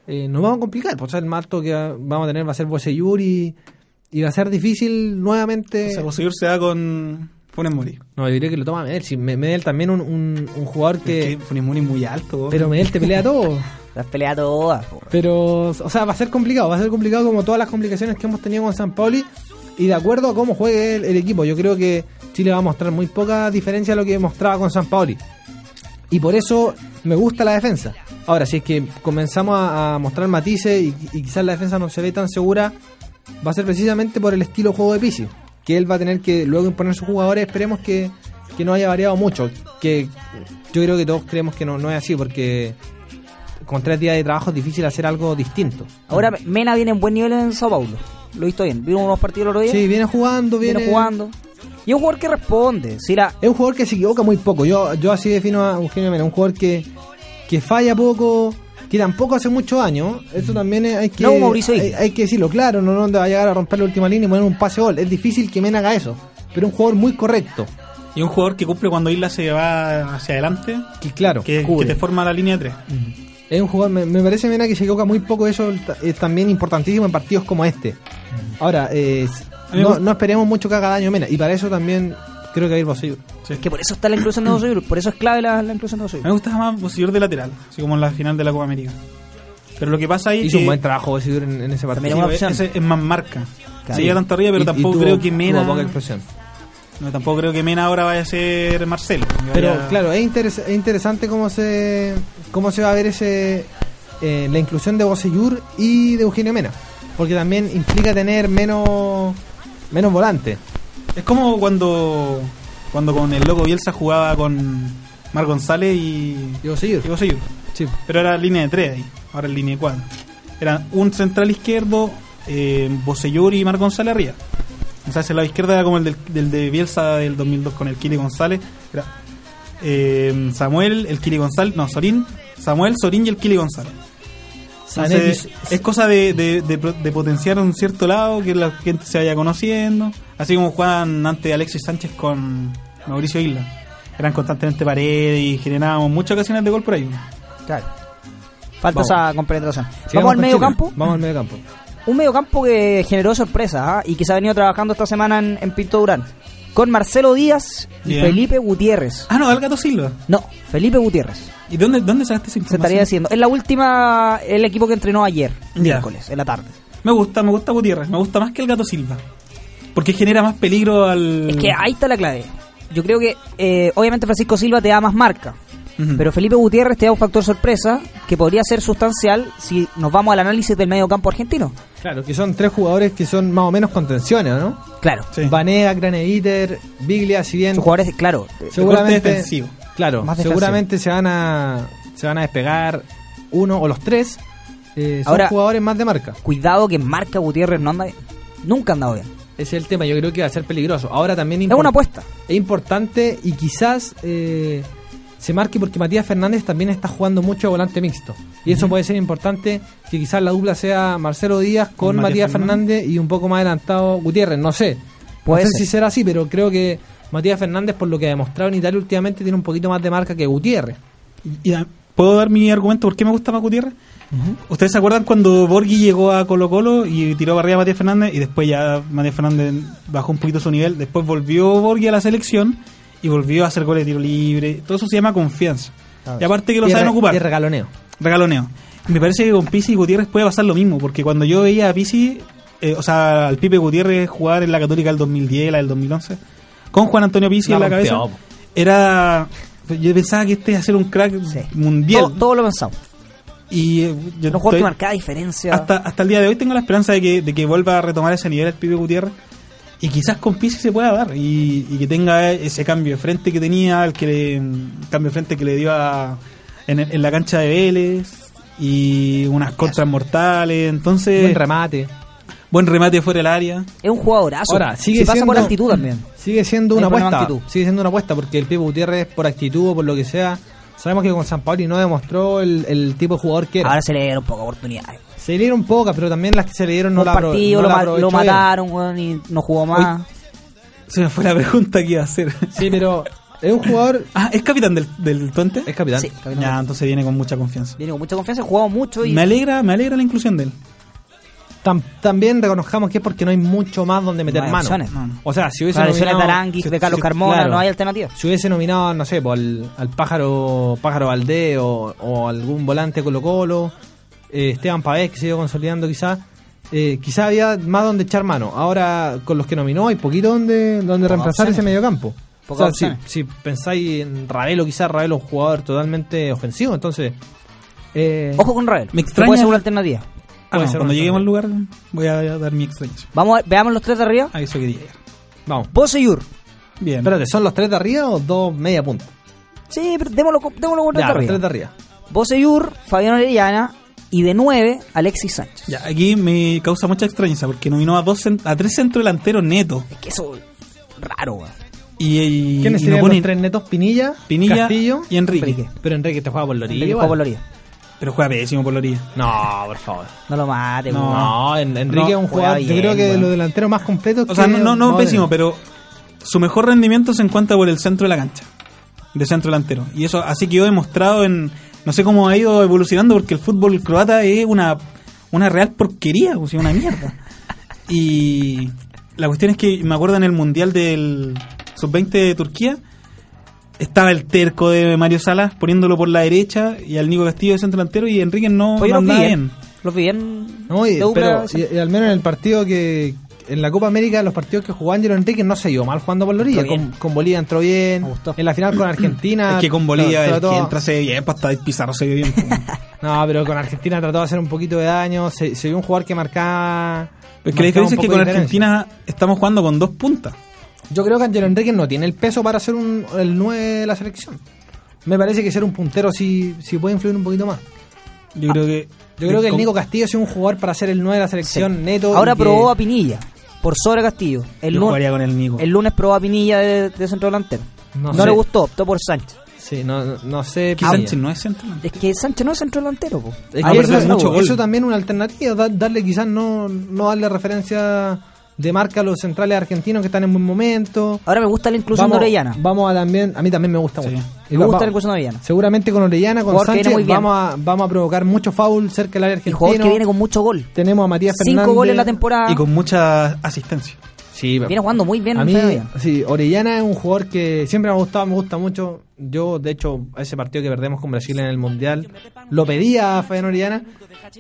Speaker 3: eh, nos vamos a complicar. Por ser el marto que vamos a tener va a ser Boseyur y, y va a ser difícil nuevamente.
Speaker 2: O sea, Bosellur se da con Funes Mori.
Speaker 3: no, yo diría que lo toma Medel. Si Me- Medel también un, un, un jugador
Speaker 2: Es
Speaker 3: que.
Speaker 2: que Funes Mori es muy alto. vos.
Speaker 3: Pero Medel te pelea todo.
Speaker 1: Las peleas todas. po.
Speaker 3: Pero, o sea, va a ser complicado, va a ser complicado como todas las complicaciones que hemos tenido con San Pauli y de acuerdo a cómo juegue el, el equipo. Yo creo que Chile va a mostrar muy poca diferencia a lo que mostraba con San Pauli. Y por eso me gusta la defensa. Ahora, si es que comenzamos a, a mostrar matices y, y quizás la defensa no se ve tan segura, va a ser precisamente por el estilo de juego de Pizzi, que él va a tener que luego imponer sus jugadores. Esperemos que, que no haya variado mucho, que yo creo que todos creemos que no, no es así, porque con tres días de trabajo es difícil hacer algo distinto.
Speaker 1: Ahora Mena viene en buen nivel en Sao Paulo. Lo he visto bien. Vimos unos partidos el otro día.
Speaker 3: Sí, viene jugando,
Speaker 1: viene,
Speaker 3: viene,
Speaker 1: jugando. Y es un jugador que responde. Si la-
Speaker 3: Es un jugador que se equivoca muy poco. Yo, yo así defino a Eugenio Mena, un jugador que, que falla poco, que tampoco hace mucho daño. Eso también es- hay que,
Speaker 1: Mm. No, Mauricio
Speaker 3: hay,
Speaker 1: Isla.
Speaker 3: hay que decirlo, claro, no, no va a llegar a romper la última línea y poner un pase gol. Es difícil que Mena haga eso, pero un jugador muy correcto.
Speaker 2: Y un jugador que cumple cuando Isla se va hacia adelante,
Speaker 3: Que claro,
Speaker 2: que, que
Speaker 3: cubre. Mm.
Speaker 2: te forma la línea 3.
Speaker 3: Es un jugador, me, me parece Mena que se equivoca muy poco, eso ta- es también importantísimo en partidos como este. Ahora, eh,
Speaker 2: A mí me
Speaker 3: no,
Speaker 2: gusta-
Speaker 3: no esperemos mucho que haga daño Mena, y para eso también creo que hay posible.
Speaker 2: Sí.
Speaker 1: Es que por eso está la inclusión de Osoyur. Por eso es clave la, la inclusión de Osoyur.
Speaker 2: Me gustaba más Bosellur de lateral, así como en la final de la Copa América. Pero lo que pasa ahí es
Speaker 3: Hizo
Speaker 2: que
Speaker 3: un buen trabajo Isidro, en, en ese partido.
Speaker 1: También una
Speaker 2: sí,
Speaker 1: opción.
Speaker 2: ese es más marca.
Speaker 1: Claro.
Speaker 2: Se llega tanto arriba, pero
Speaker 3: Y- y
Speaker 2: tampoco
Speaker 3: tuvo-
Speaker 2: creo que
Speaker 3: tuvo
Speaker 2: Mena.
Speaker 3: poca explosión.
Speaker 2: No, tampoco creo que Mena ahora vaya a ser Marcelo. que
Speaker 3: Pero
Speaker 2: vaya-
Speaker 3: claro, es, interes- es interesante cómo se cómo se va a ver ese eh, la inclusión de Bosellur y de Eugenio Mena, porque también implica tener menos menos volante.
Speaker 2: Es como cuando cuando con el loco Bielsa jugaba con Mar González y.
Speaker 3: Y Bosellur.
Speaker 2: y Bosellur.
Speaker 3: Sí.
Speaker 2: Pero era línea de 3 ahí, ahora es línea de 4. Eran un central izquierdo, eh, Bosellur y Mar González arriba. O sea, ese lado izquierdo era como el del, del de Bielsa del 2002 con el Kili González. Era eh, Samuel, el Kili González, no, Sorín, Samuel, Sorín y el Kili González. Entonces,
Speaker 3: Zanetti-
Speaker 2: es cosa de, de- de pro- de potenciar un cierto lado, que la gente se vaya conociendo. Así como jugaban antes Alexis Sánchez con Mauricio Isla. Eran constantemente paredes y generábamos muchas ocasiones de gol por ahí.
Speaker 1: Claro. Falta
Speaker 3: Vamos.
Speaker 1: esa compenetración.
Speaker 3: Sigamos
Speaker 1: Vamos al
Speaker 3: con
Speaker 1: medio
Speaker 3: Chile.
Speaker 1: campo.
Speaker 3: Vamos al medio campo.
Speaker 1: Un medio campo que generó sorpresas ¿ah? y que se ha venido trabajando esta semana en, en Pinto Durán. Con Marcelo Díaz y
Speaker 2: Bien.
Speaker 1: Felipe Gutiérrez.
Speaker 2: Ah, no, Algato Silva.
Speaker 1: No, Felipe Gutiérrez.
Speaker 2: ¿Y dónde, dónde sacaste esa
Speaker 1: se
Speaker 2: información?
Speaker 1: estaría diciendo. Es la última, el equipo que entrenó ayer,
Speaker 2: Ya.
Speaker 1: miércoles, en la tarde.
Speaker 2: Me gusta, me gusta Gutiérrez, me gusta más que el gato Silva. Porque genera más peligro al.
Speaker 3: Mm.
Speaker 1: Es que ahí está la clave. Yo creo que, eh, obviamente, Francisco Silva te da más marca.
Speaker 2: Ujú.
Speaker 1: Pero Felipe Gutiérrez te da un factor sorpresa que podría ser sustancial si nos vamos al análisis del medio campo argentino.
Speaker 3: Claro, que son tres jugadores que son más o menos contenciones, ¿no?
Speaker 1: Claro.
Speaker 2: Sí.
Speaker 3: Vanega, Graneviter, Biglia, si bien
Speaker 1: Son jugadores, claro,
Speaker 3: seguramente
Speaker 2: Corte defensivo.
Speaker 3: Claro,
Speaker 1: Más defensivo.
Speaker 3: seguramente se van a se van a despegar uno o los tres. eh, son
Speaker 1: Ahora-
Speaker 3: jugadores más de marca.
Speaker 1: cuidado que marca Gutiérrez no anda bien. Nunca ha andado bien.
Speaker 3: Ese es el tema, yo creo que va a ser peligroso. Ahora también
Speaker 1: Es
Speaker 3: impor-
Speaker 1: una apuesta.
Speaker 3: es importante y quizás eh, se marque porque Matías Fernández también está jugando mucho volante mixto. Y eso puede ser importante que quizás la dupla sea Marcelo Díaz con Matías, Fernández, y un poco más adelantado Gutiérrez, no sé.
Speaker 1: Puede
Speaker 3: no sé
Speaker 1: ser.
Speaker 3: si será así, pero creo que Matías Fernández, por lo que ha demostrado en Italia últimamente, tiene un poquito más de marca que Gutiérrez.
Speaker 2: Y, ah, ¿Puedo dar mi argumento por qué me gusta más Gutiérrez? ¿Ustedes se acuerdan cuando Borghi llegó a Colo Colo y tiró barrida a Matías Fernández y después ya Matías Fernández bajó un poquito su nivel? Después volvió Borghi a la selección y volvió a hacer goles de tiro libre. Todo eso se llama confianza. Y aparte que lo
Speaker 3: Y
Speaker 2: saben
Speaker 3: re-
Speaker 2: ocupar.
Speaker 3: Y regaloneo.
Speaker 2: Regaloneo. Me parece que con Pisi y Gutiérrez puede pasar lo mismo, porque cuando yo veía a Pisi, eh, o sea, al Pipe Gutiérrez jugar en la Católica del 2010, la del 2011, con Juan Antonio Pisi
Speaker 3: La
Speaker 2: en la
Speaker 3: rompió,
Speaker 2: cabeza,
Speaker 3: po.
Speaker 2: era. Yo pensaba que este iba a ser un crack mundial.
Speaker 1: Todo, todo lo pensamos.
Speaker 2: Y eh, yo
Speaker 1: Los jugadores que
Speaker 2: estoy-
Speaker 1: marcaba diferencia.
Speaker 2: hasta, hasta el día de hoy tengo la esperanza de que, de que vuelva a retomar ese nivel el Pipe Gutiérrez. Y quizás con Pisi se pueda dar. Y, y que tenga ese cambio de frente que tenía, el que le- mm, cambio de frente que le dio a- en, el- en la cancha de Vélez. Y unas contras mortales. Entonces,
Speaker 3: Buen
Speaker 2: buen,
Speaker 3: remate.
Speaker 2: remate fuera del área.
Speaker 1: Es un jugadorazo.
Speaker 3: Ahora, sigue
Speaker 1: si pasa por
Speaker 3: siendo-
Speaker 1: actitud también.
Speaker 3: Sigue siendo
Speaker 1: Hay
Speaker 3: una
Speaker 1: problema
Speaker 3: apuesta.
Speaker 1: de actitud.
Speaker 3: Sigue siendo una apuesta porque el Pipo Gutiérrez, por actitud o por lo que sea, sabemos que con San Paoli no demostró el, el tipo de jugador que era.
Speaker 1: Ahora se le dieron poca oportunidad.
Speaker 3: Se le dieron pocas, pero también las que se le dieron no
Speaker 1: un
Speaker 3: la apro-
Speaker 1: partido
Speaker 3: no
Speaker 1: lo,
Speaker 3: la
Speaker 1: ma-
Speaker 3: aprovechó
Speaker 1: lo
Speaker 3: bien.
Speaker 1: mataron, weón, y no jugó más.
Speaker 2: Se me fue la <laughs> pregunta que iba a hacer.
Speaker 3: Sí, pero es un jugador.
Speaker 2: Ah, ¿es capitán del, del Tonte?
Speaker 3: Es capitán.
Speaker 1: Sí, capitán.
Speaker 2: Ya, entonces viene con mucha confianza.
Speaker 1: Viene con mucha confianza, ha jugado mucho y
Speaker 2: Me alegra, me alegra la inclusión de él.
Speaker 3: Ah, Tam- también reconozcamos que es porque no hay mucho más donde meter
Speaker 1: No hay
Speaker 3: mano.
Speaker 1: opciones.
Speaker 2: No, no.
Speaker 3: O sea, si hubiese
Speaker 1: la lesión de
Speaker 3: nominado-
Speaker 1: Taranqui,
Speaker 3: si-
Speaker 1: de Carlos
Speaker 3: si-
Speaker 1: Carmona,
Speaker 3: claro.
Speaker 1: no hay alternativa.
Speaker 3: Si hubiese nominado, no sé, po, al, al pájaro pájaro Valdés o, o algún volante Colo Colo, Esteban Pavés que se iba consolidando quizás, eh, quizás había más donde echar mano. Ahora con los que nominó hay poquito donde, donde reemplazar
Speaker 1: opciones.
Speaker 3: ese mediocampo. O
Speaker 1: Pocas
Speaker 3: sea,
Speaker 1: opciones.
Speaker 3: si, si pensáis en Ravelo, quizás Ravelo es un jugador totalmente ofensivo, entonces... eh,
Speaker 1: Ojo con Rael.
Speaker 2: Me
Speaker 1: que
Speaker 2: extraña-
Speaker 1: Puede ser una alternativa.
Speaker 2: Ah,
Speaker 3: Puede
Speaker 2: no,
Speaker 3: ser
Speaker 2: cuando
Speaker 3: una
Speaker 2: lleguemos al lugar voy a dar mi experiencia.
Speaker 1: Vamos a- veamos los tres de arriba.
Speaker 2: A eso quería llegar.
Speaker 3: Vamos.
Speaker 1: Poseyur.
Speaker 2: Bien.
Speaker 3: Espérate, ¿son los tres de arriba o dos media punta?
Speaker 1: Sí, pero démoslo, con- démoslo con los
Speaker 3: Ya,
Speaker 1: de
Speaker 3: los
Speaker 1: arriba.
Speaker 3: tres de arriba.
Speaker 1: Poseyur, Fabián Orellana y de nueve, Alexis Sánchez.
Speaker 2: Ya, aquí me causa mucha extrañeza porque nominó a dos cen- a tres centrodelanteros netos
Speaker 1: Es que eso raro, weón.
Speaker 2: y, y, y
Speaker 3: ¿Quiénes
Speaker 2: no
Speaker 3: serían
Speaker 2: ponen
Speaker 3: los tres netos? Pinilla,
Speaker 2: Pinilla
Speaker 3: Castillo
Speaker 2: y Enrique.
Speaker 1: Enrique.
Speaker 3: Pero Enrique te juega por Lorillo.
Speaker 1: Enrique
Speaker 3: igual.
Speaker 1: Juan Bolorilla.
Speaker 2: Pero juega pésimo por la orilla.
Speaker 3: No, por favor.
Speaker 1: No lo mate,
Speaker 2: No.
Speaker 1: weón.
Speaker 3: No, en- Enrique
Speaker 2: No,
Speaker 3: es un jugador.
Speaker 1: juega
Speaker 3: yo
Speaker 1: bien,
Speaker 3: creo que de
Speaker 1: weón.
Speaker 3: los delanteros más completos.
Speaker 2: O sea,
Speaker 3: que
Speaker 2: no, no, no eh.
Speaker 3: va a
Speaker 2: pésimo,
Speaker 3: tener.
Speaker 2: pero su mejor rendimiento se encuentra por el centro de la cancha, de centro delantero. Y eso así quedó demostrado en. No sé cómo ha ido evolucionando porque el fútbol croata es una, una real porquería, o sea, una mierda. Y la cuestión es que me acuerdo en el Mundial del Sub-20 de Turquía, estaba el terco de Mario Salas poniéndolo por la derecha y al Nico Castillo de centro delantero y Enrique no,
Speaker 1: Pues yo
Speaker 2: no
Speaker 1: los vi
Speaker 2: andaba
Speaker 1: bien.
Speaker 2: bien.
Speaker 1: Los vi bien.
Speaker 3: No, y-
Speaker 1: de dupla,
Speaker 3: pero
Speaker 1: sí.
Speaker 3: y- y al menos en el partido que. En la Copa América, los partidos que jugó Ángelo Enrique no se dio mal jugando por Lorillo.
Speaker 1: Entró bien.
Speaker 3: Con, con Bolivia entró bien.
Speaker 1: Me gustó.
Speaker 3: En la final con Argentina.
Speaker 2: Es que con Bolivia
Speaker 3: trató-
Speaker 2: el que
Speaker 3: trató-
Speaker 2: entra se ve bien, pues hasta Pizarro se ve bien. pues.
Speaker 3: No, pero con Argentina trató de hacer un poquito de daño. Se, se vio un jugador que marcaba.
Speaker 2: Es que la
Speaker 3: marcaba
Speaker 2: diferencia
Speaker 3: un
Speaker 2: es que
Speaker 3: poco
Speaker 2: con
Speaker 3: de diferencia.
Speaker 2: Argentina estamos jugando con dos puntas.
Speaker 3: Yo creo que Angelo Enrique no tiene el peso para ser un, el 9 de la selección. Me parece que ser un puntero sí, sí puede influir un poquito más.
Speaker 2: Yo creo que.
Speaker 3: Yo creo que el
Speaker 2: con-
Speaker 3: Nico Castillo es un jugador para ser el 9 de la selección neto.
Speaker 1: Ahora
Speaker 3: y que-
Speaker 1: probó a Pinilla. Por sobre Castillo. El,
Speaker 2: Yo
Speaker 1: lun-
Speaker 2: jugaría con el Nico.
Speaker 1: el lunes probó a Pinilla de, de centro delantero. No,
Speaker 3: No sé.
Speaker 1: le gustó, optó por Sánchez.
Speaker 3: Sí, no, no- no sé.
Speaker 2: Que
Speaker 3: Pinilla.
Speaker 2: Sánchez no es centro. ¿no?
Speaker 1: Es que Sánchez no es centro delantero, po.
Speaker 3: Es
Speaker 2: Ah,
Speaker 3: que
Speaker 2: pero
Speaker 3: eso,
Speaker 2: es mucho
Speaker 3: eso,
Speaker 2: gol.
Speaker 3: también es una alternativa. da- darle quizás no, no darle referencia de marca a los centrales argentinos que están en buen momento.
Speaker 1: Ahora me gusta la inclusión de Orellana.
Speaker 3: Vamos a también. A mí también me gusta
Speaker 2: Sí.
Speaker 3: mucho.
Speaker 1: Me
Speaker 3: Va-
Speaker 1: gusta
Speaker 3: va-
Speaker 1: la inclusión de Orellana.
Speaker 3: Seguramente con Orellana, con
Speaker 1: Jugador que viene
Speaker 3: Sánchez,
Speaker 1: muy bien.
Speaker 3: vamos a, vamos a provocar mucho foul cerca del área
Speaker 1: El
Speaker 3: argentina.
Speaker 1: jugador que viene con mucho gol.
Speaker 3: Tenemos a Matías Fernández.
Speaker 1: Cinco goles en la temporada.
Speaker 2: Y con mucha asistencia.
Speaker 3: Sí,
Speaker 1: Viene jugando muy bien.
Speaker 3: a mí,
Speaker 1: Fabio.
Speaker 3: sí, Orellana es un jugador que siempre me ha gustado, me gusta mucho. Yo, de hecho, a ese partido que perdemos con Brasil en el Mundial, lo pedía a Fabián Orellana.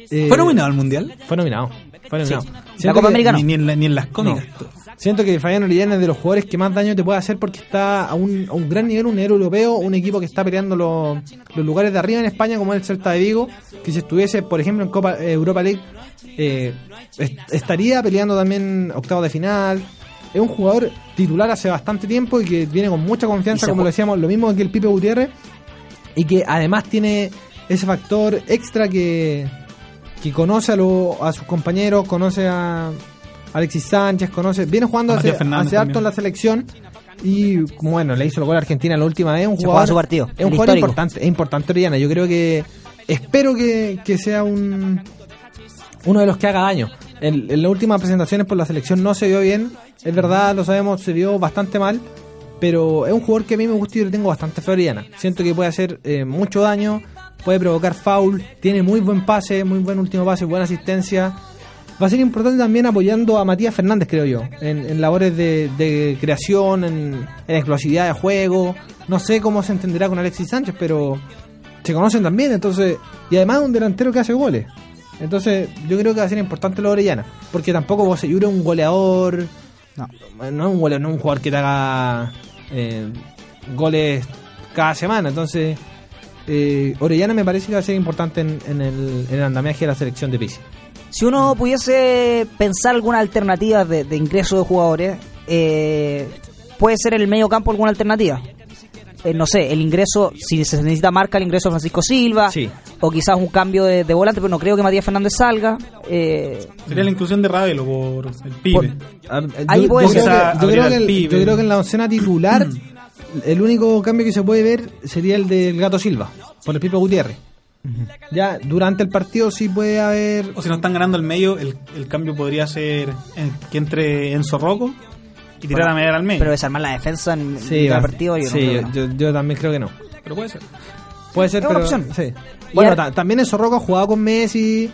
Speaker 3: Eh,
Speaker 2: ¿Fue nominado al mundial?
Speaker 3: Fue nominado.
Speaker 4: Bueno, no.
Speaker 1: La
Speaker 3: Siento
Speaker 1: Copa
Speaker 3: que
Speaker 1: América no.
Speaker 2: Ni, ni en la- ni en las cómicas.
Speaker 3: Siento que Fabián Orellana es de los jugadores que más daño te puede hacer porque está a un, a un gran nivel, un héroe europeo, un equipo que está peleando los, los lugares de arriba en España, como es el Celta de Vigo, que si estuviese, por ejemplo, en Copa eh, Europa League, eh, est- estaría peleando también octavos de final. Es un jugador titular hace bastante tiempo y que viene con mucha
Speaker 1: Y
Speaker 3: confianza,
Speaker 1: se
Speaker 3: como
Speaker 1: ju-
Speaker 3: lo decíamos, lo mismo que el Pipe Gutiérrez, y que además tiene ese factor extra que, que conoce a, lo- a sus compañeros, conoce a Alexis Sánchez, conoce, viene jugando
Speaker 2: A
Speaker 3: hace,
Speaker 2: Matías Fernández
Speaker 3: hace harto
Speaker 2: también.
Speaker 3: en la selección y bueno, le hizo el gol a Argentina la última vez, un
Speaker 1: Se
Speaker 3: jugador,
Speaker 1: juega su partido,
Speaker 3: es
Speaker 1: el
Speaker 3: un jugador
Speaker 1: histórico.
Speaker 3: importante, es importante Orellana, yo creo que espero que, que sea un uno de los que haga daño. En, en las últimas presentaciones por la selección no se vio bien, es verdad, lo sabemos, se vio bastante mal, pero es un jugador que a mí me gusta y yo le tengo bastante fe a Orellana. Siento que puede hacer eh, mucho daño, puede provocar foul, tiene muy buen pase, muy buen último pase, buena asistencia. Va a ser importante también apoyando a Matías Fernández, creo yo, en, en labores de, de creación, en, en explosividad de juego. No sé cómo se entenderá con Alexis Sánchez, pero se conocen también, entonces. Y además es un delantero que hace goles. Entonces, yo creo que va a ser importante lo de Orellana, porque tampoco Boseyur es un goleador.
Speaker 1: No.
Speaker 3: No es un goleador, no es un jugador que te haga eh, goles cada semana. Entonces, eh, Orellana me parece que va a ser importante en, en el, en el andamiaje de la selección de Pisi.
Speaker 1: Si
Speaker 3: Mm.
Speaker 1: uno pudiese pensar alguna alternativa de, de ingreso de jugadores, eh, puede ser en el medio campo alguna alternativa. Eh, no sé, el ingreso, si se necesita marca, el ingreso de Francisco Silva,
Speaker 3: Sí.
Speaker 1: o quizás un cambio de, de volante, pero no creo que Matías Fernández salga. Eh,
Speaker 2: Sería la inclusión de Ravelo por el pibe.
Speaker 1: Por- Ahí
Speaker 3: Ahí
Speaker 1: puede
Speaker 3: Ah, eh,
Speaker 1: ser.
Speaker 3: yo, creo que- yo,
Speaker 2: Abrir
Speaker 3: creo
Speaker 2: al
Speaker 3: que el-
Speaker 2: pibe.
Speaker 3: yo creo que en la oncena titular el único cambio que se puede ver sería el del Gato Silva por el Pipo Gutiérrez. Ya durante el partido sí puede haber
Speaker 2: O si no están ganando el medio, el, el cambio podría ser en- que entre Enzo Rocco y tirar a mediar al medio.
Speaker 1: pero
Speaker 2: Pero,
Speaker 1: desarmar la defensa en
Speaker 3: sí,
Speaker 1: el
Speaker 3: va-
Speaker 1: partido, yo no
Speaker 3: sí,
Speaker 1: creo que no.
Speaker 3: yo, yo también creo que no.
Speaker 2: puede ser.
Speaker 3: Puede ser
Speaker 1: Es una
Speaker 3: pero-
Speaker 1: opción.
Speaker 3: sí.
Speaker 1: Y
Speaker 3: Bueno,
Speaker 1: ahora-
Speaker 3: ta- también el Zorroco ha jugado con Messi.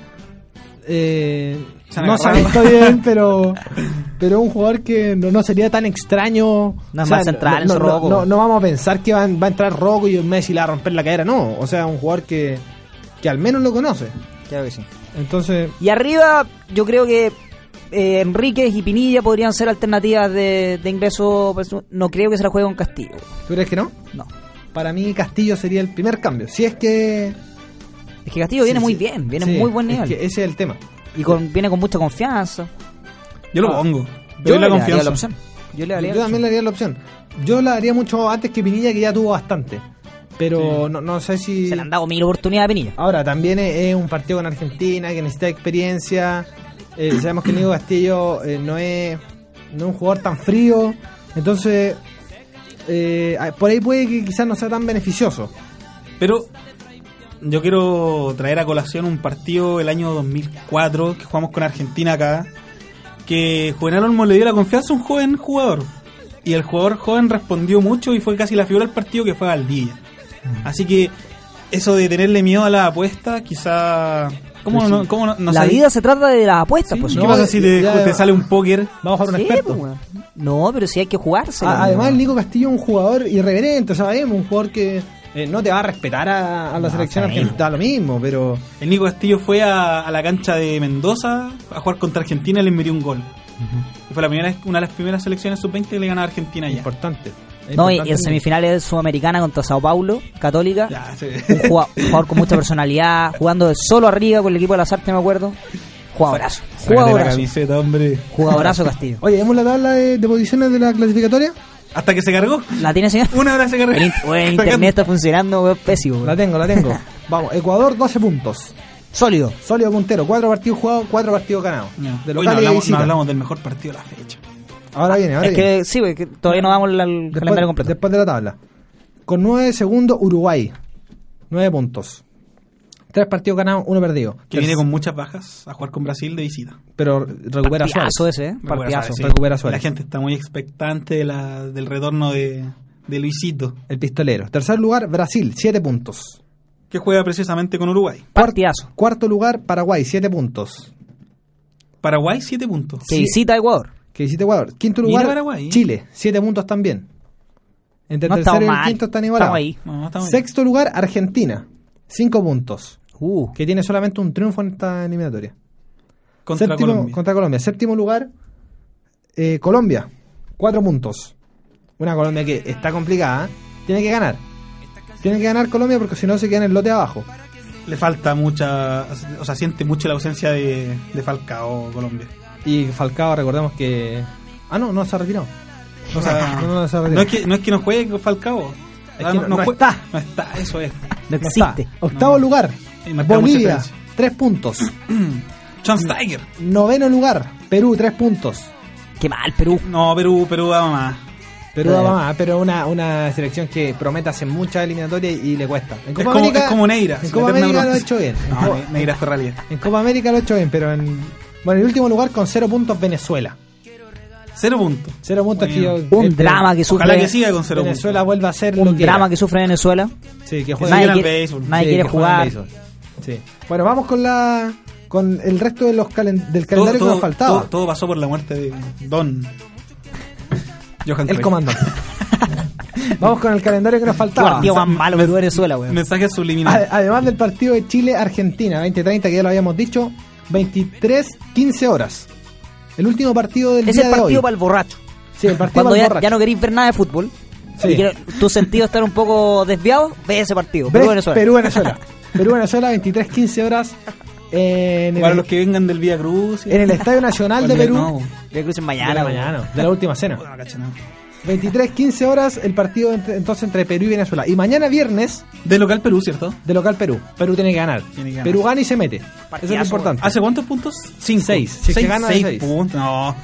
Speaker 3: eh,
Speaker 2: Se han
Speaker 3: no se ha
Speaker 2: agarrado.
Speaker 1: <laughs>
Speaker 3: visto bien, pero pero un jugador que no, no sería tan extraño.
Speaker 1: No es más central,
Speaker 3: no,
Speaker 1: el
Speaker 3: no,
Speaker 1: Zorroco.
Speaker 3: no- no vamos a pensar que van- va, a entrar Rocco y Messi le va a romper la cadera, no. O sea, un jugador que, que al menos lo conoce.
Speaker 1: Claro que sí.
Speaker 3: Entonces,
Speaker 1: Y arriba, yo creo que eh, Enríquez y Pinilla podrían ser alternativas de, de ingreso. pues, No creo que se la juegue con Castillo.
Speaker 3: ¿tú crees que no?
Speaker 1: No.
Speaker 3: Para mí Castillo sería el primer cambio. Si es que...
Speaker 1: Es que Castillo viene
Speaker 3: sí,
Speaker 1: muy
Speaker 3: sí.
Speaker 1: bien, viene
Speaker 3: Sí,
Speaker 1: muy buen
Speaker 3: es
Speaker 1: nivel.
Speaker 3: que ese es el tema.
Speaker 1: Y con, viene con mucha confianza.
Speaker 2: Yo lo
Speaker 1: Ah.
Speaker 2: pongo.
Speaker 1: Yo le
Speaker 2: Yo la
Speaker 1: daría
Speaker 2: confianza.
Speaker 1: la opción. Yo le daría
Speaker 3: Yo también le haría la opción. Yo la haría mucho antes que Pinilla, que ya tuvo bastante. Pero no, no sé si.
Speaker 1: Se le han dado mil oportunidades a Pinilla.
Speaker 3: Ahora, también es, es un partido con Argentina que necesita experiencia. Eh, sabemos que Nico Castillo eh, no, es, no es un jugador tan frío. Entonces, eh, por ahí puede que quizás no sea tan beneficioso.
Speaker 2: Pero yo quiero traer a colación un partido del año 2004 que jugamos con Argentina acá. Que Juvenal Olmo le dio la confianza a un joven jugador. Y el jugador joven respondió mucho y fue casi la figura del partido que fue Valdivia. Así que eso de tenerle miedo a la apuesta, quizá. ¿Cómo
Speaker 3: Pero
Speaker 2: no?
Speaker 3: sí.
Speaker 2: ¿Cómo no? no
Speaker 1: la
Speaker 2: sé.
Speaker 1: vida se trata de las apuestas,
Speaker 2: Sí,
Speaker 1: pues.
Speaker 2: ¿Qué
Speaker 1: ¿no?
Speaker 2: pasa si te,
Speaker 3: eh, ya-
Speaker 2: te sale un póker?
Speaker 3: Vamos a jugar un
Speaker 1: Sí,
Speaker 3: experto.
Speaker 1: pues, weón. No, pero sí hay que jugarse.
Speaker 3: A- Además, el Nico Castillo es un jugador irreverente, sabemos, un jugador que eh, no te va a respetar a, a la selección
Speaker 1: sabemos.
Speaker 3: argentina, lo mismo, pero
Speaker 2: El Nico Castillo fue a, a la cancha de Mendoza a jugar contra Argentina y le metió un gol. Y Fue la primera, una de las primeras selecciones sub-20 que le ganaba a Argentina ya.
Speaker 3: importante. Es
Speaker 1: No, y, y
Speaker 3: importante
Speaker 1: en semifinales sudamericana contra Sao Paulo, Católica.
Speaker 2: Ya, sí.
Speaker 1: Un jugado- un jugador con mucha personalidad, jugando de solo arriba con el equipo de las artes, me acuerdo. Jugadorazo. Jugadorazo.
Speaker 2: camiseta, hombre.
Speaker 1: Jugadorazo Castillo.
Speaker 3: Oye, ¿vemos la tabla de, de posiciones de la clasificatoria?
Speaker 2: Hasta que se cargó.
Speaker 1: ¿La tiene,
Speaker 3: <laughs>
Speaker 1: señor?
Speaker 2: Una hora se cargó.
Speaker 1: El, in- weón, el internet está funcionando, weón, pésimo.
Speaker 3: La
Speaker 1: weón.
Speaker 3: tengo, la tengo. <laughs> Vamos, Ecuador 12 puntos.
Speaker 1: Sólido.
Speaker 3: Sólido puntero, 4 partidos jugados, 4 partidos ganados.
Speaker 2: No.
Speaker 3: De
Speaker 2: Hoy no
Speaker 3: local y de
Speaker 2: hablamos, no
Speaker 3: visita.
Speaker 2: hablamos del mejor partido de la fecha.
Speaker 3: Ahora viene, ahora
Speaker 1: Es
Speaker 3: viene.
Speaker 1: que sí, weón, que todavía no damos el el
Speaker 3: Después-
Speaker 1: calendario completo.
Speaker 3: Después de la tabla. Con 9 segundos, Uruguay. 9 puntos. 3 partidos ganados, 1 perdido.
Speaker 2: Que viene con muchas bajas a jugar con Brasil de visita.
Speaker 3: Pero recupera Suárez.
Speaker 1: Partidazo ese, ¿eh?
Speaker 2: Me acuerdo,
Speaker 1: Partidazo.
Speaker 2: ¿sabes?
Speaker 3: recupera Suárez.
Speaker 2: La gente está muy expectante de la- del retorno de, de Luisito,
Speaker 3: El pistolero. Tercer lugar, Brasil, 7 puntos.
Speaker 2: que juega precisamente con Uruguay.
Speaker 1: Partidazo.
Speaker 3: Cuarto lugar, Paraguay, 7 puntos.
Speaker 2: Paraguay, 7 puntos.
Speaker 1: Que
Speaker 3: Sí.
Speaker 1: visita a Ecuador.
Speaker 3: Que visita Ecuador. Quinto
Speaker 2: Mira
Speaker 3: lugar,
Speaker 2: Paraguay.
Speaker 3: Chile, 7 puntos también. Entre el
Speaker 1: No
Speaker 3: tercero
Speaker 1: estamos
Speaker 3: y el
Speaker 1: mal.
Speaker 3: quinto están
Speaker 1: Estamos
Speaker 3: igualados.
Speaker 1: ahí.
Speaker 2: No, no estamos bien.
Speaker 3: Sexto lugar, Argentina, 5 puntos.
Speaker 1: Uh,
Speaker 3: Que tiene solamente un triunfo en esta eliminatoria.
Speaker 2: Contra
Speaker 3: Séptimo-
Speaker 2: Colombia.
Speaker 3: contra Colombia. Séptimo lugar, eh, Colombia. Cuatro puntos. Una Colombia que está complicada. ¿eh? Tiene que ganar. Tiene que ganar Colombia porque si no se queda en el lote abajo.
Speaker 2: Le falta mucha. O sea, siente mucho la ausencia de, de Falcao Colombia.
Speaker 3: Y Falcao, recordemos que. Ah, no, no se ha retirado.
Speaker 2: O sea,
Speaker 3: No, no, no se ha retirado.
Speaker 2: Ah. no es que, no es que no juegue Falcao.
Speaker 3: que
Speaker 2: Ah,
Speaker 3: no- no
Speaker 2: jue-
Speaker 3: está.
Speaker 2: No está, eso es. <clears throat>
Speaker 1: No
Speaker 3: No está.
Speaker 1: existe.
Speaker 3: Octavo
Speaker 2: No.
Speaker 3: lugar,
Speaker 2: Y marca mucha
Speaker 3: Bolivia,
Speaker 2: Eh, diferencia.
Speaker 3: tres puntos.
Speaker 2: John Tiger.
Speaker 3: Noveno lugar, Perú, tres puntos.
Speaker 1: Qué mal, Perú.
Speaker 2: No, Perú, Perú va más.
Speaker 3: Perú,
Speaker 1: Sí.
Speaker 3: va más, pero una, una selección que promete hacer muchas eliminatorias y le cuesta. En
Speaker 2: Es como, es como Neira.
Speaker 3: En
Speaker 2: se
Speaker 3: Copa
Speaker 2: le termina
Speaker 3: América lo ha
Speaker 2: bronce.
Speaker 3: hecho bien. En
Speaker 2: No,
Speaker 3: Copa-
Speaker 2: Ne- Neira fue realidad.
Speaker 3: En Copa América lo ha hecho bien, pero en. Bueno, en último lugar con cero puntos Venezuela.
Speaker 2: Cero puntos.
Speaker 3: Cero puntos
Speaker 2: Bueno,
Speaker 3: que yo-
Speaker 1: Un
Speaker 3: este,
Speaker 1: drama que
Speaker 2: Ojalá
Speaker 1: sufre.
Speaker 2: que siga con cero
Speaker 3: Venezuela
Speaker 2: puntos.
Speaker 3: vuelva a ser lo
Speaker 1: Un
Speaker 3: que
Speaker 1: drama
Speaker 3: era.
Speaker 1: que sufre Venezuela.
Speaker 3: Sí, que juegue
Speaker 2: Nadie
Speaker 1: Nadie
Speaker 2: al
Speaker 1: quiere,
Speaker 2: béisbol.
Speaker 1: nadie
Speaker 3: Sí,
Speaker 1: quiere
Speaker 3: que juegue al
Speaker 1: jugar.
Speaker 3: béisbol. Sí. Bueno, vamos con la con el resto de los calen- del calendario que nos faltaba.
Speaker 2: todo- todo pasó por la muerte de Don. Johan
Speaker 3: el
Speaker 2: Cruyff. <laughs>
Speaker 3: comandante. vamos con el calendario que nos faltaba.
Speaker 1: Partido más malo Perú Venezuela, weón.
Speaker 2: Mensaje subliminal.
Speaker 3: Ade- Además del partido de Chile-Argentina, 20-30, que ya lo habíamos dicho, 23-15 horas. El último partido del
Speaker 1: Es
Speaker 3: día
Speaker 1: el
Speaker 3: de hoy.
Speaker 1: partido para el borracho.
Speaker 3: Sí, el partido
Speaker 1: Cuando
Speaker 3: para el
Speaker 1: ya,
Speaker 3: borracho.
Speaker 1: ya no queréis ver nada de fútbol
Speaker 3: Sí.
Speaker 1: y que tus sentidos están un poco desviados, ve ese partido.
Speaker 3: Bre-
Speaker 1: Perú Venezuela. <laughs>
Speaker 3: Perú-Venezuela. Perú-Venezuela, 23-15 horas en
Speaker 2: Para
Speaker 3: el,
Speaker 2: los que vengan del Vía Cruz.
Speaker 3: en el Estadio Nacional de
Speaker 2: Olvídate,
Speaker 3: Perú.
Speaker 2: no.
Speaker 1: Ya crucen
Speaker 3: De
Speaker 1: mañana.
Speaker 3: la
Speaker 1: weón.
Speaker 3: mañana, de la última cena.
Speaker 2: Puta, la cacha, no.
Speaker 3: 23-15 horas el partido entre- entonces entre Perú y Venezuela. Y mañana viernes,
Speaker 2: De local Perú, ¿cierto?
Speaker 3: de local Perú. Perú tiene que ganar.
Speaker 2: Tiene que ganar.
Speaker 3: Perú gana y se mete. Eso es
Speaker 1: Partidazo,
Speaker 3: lo importante.
Speaker 2: ¿Hace cuántos puntos? Cinco.
Speaker 3: Seis. Si es que
Speaker 2: Seis,
Speaker 3: gana de
Speaker 2: seis
Speaker 3: seis.
Speaker 2: puntos. No.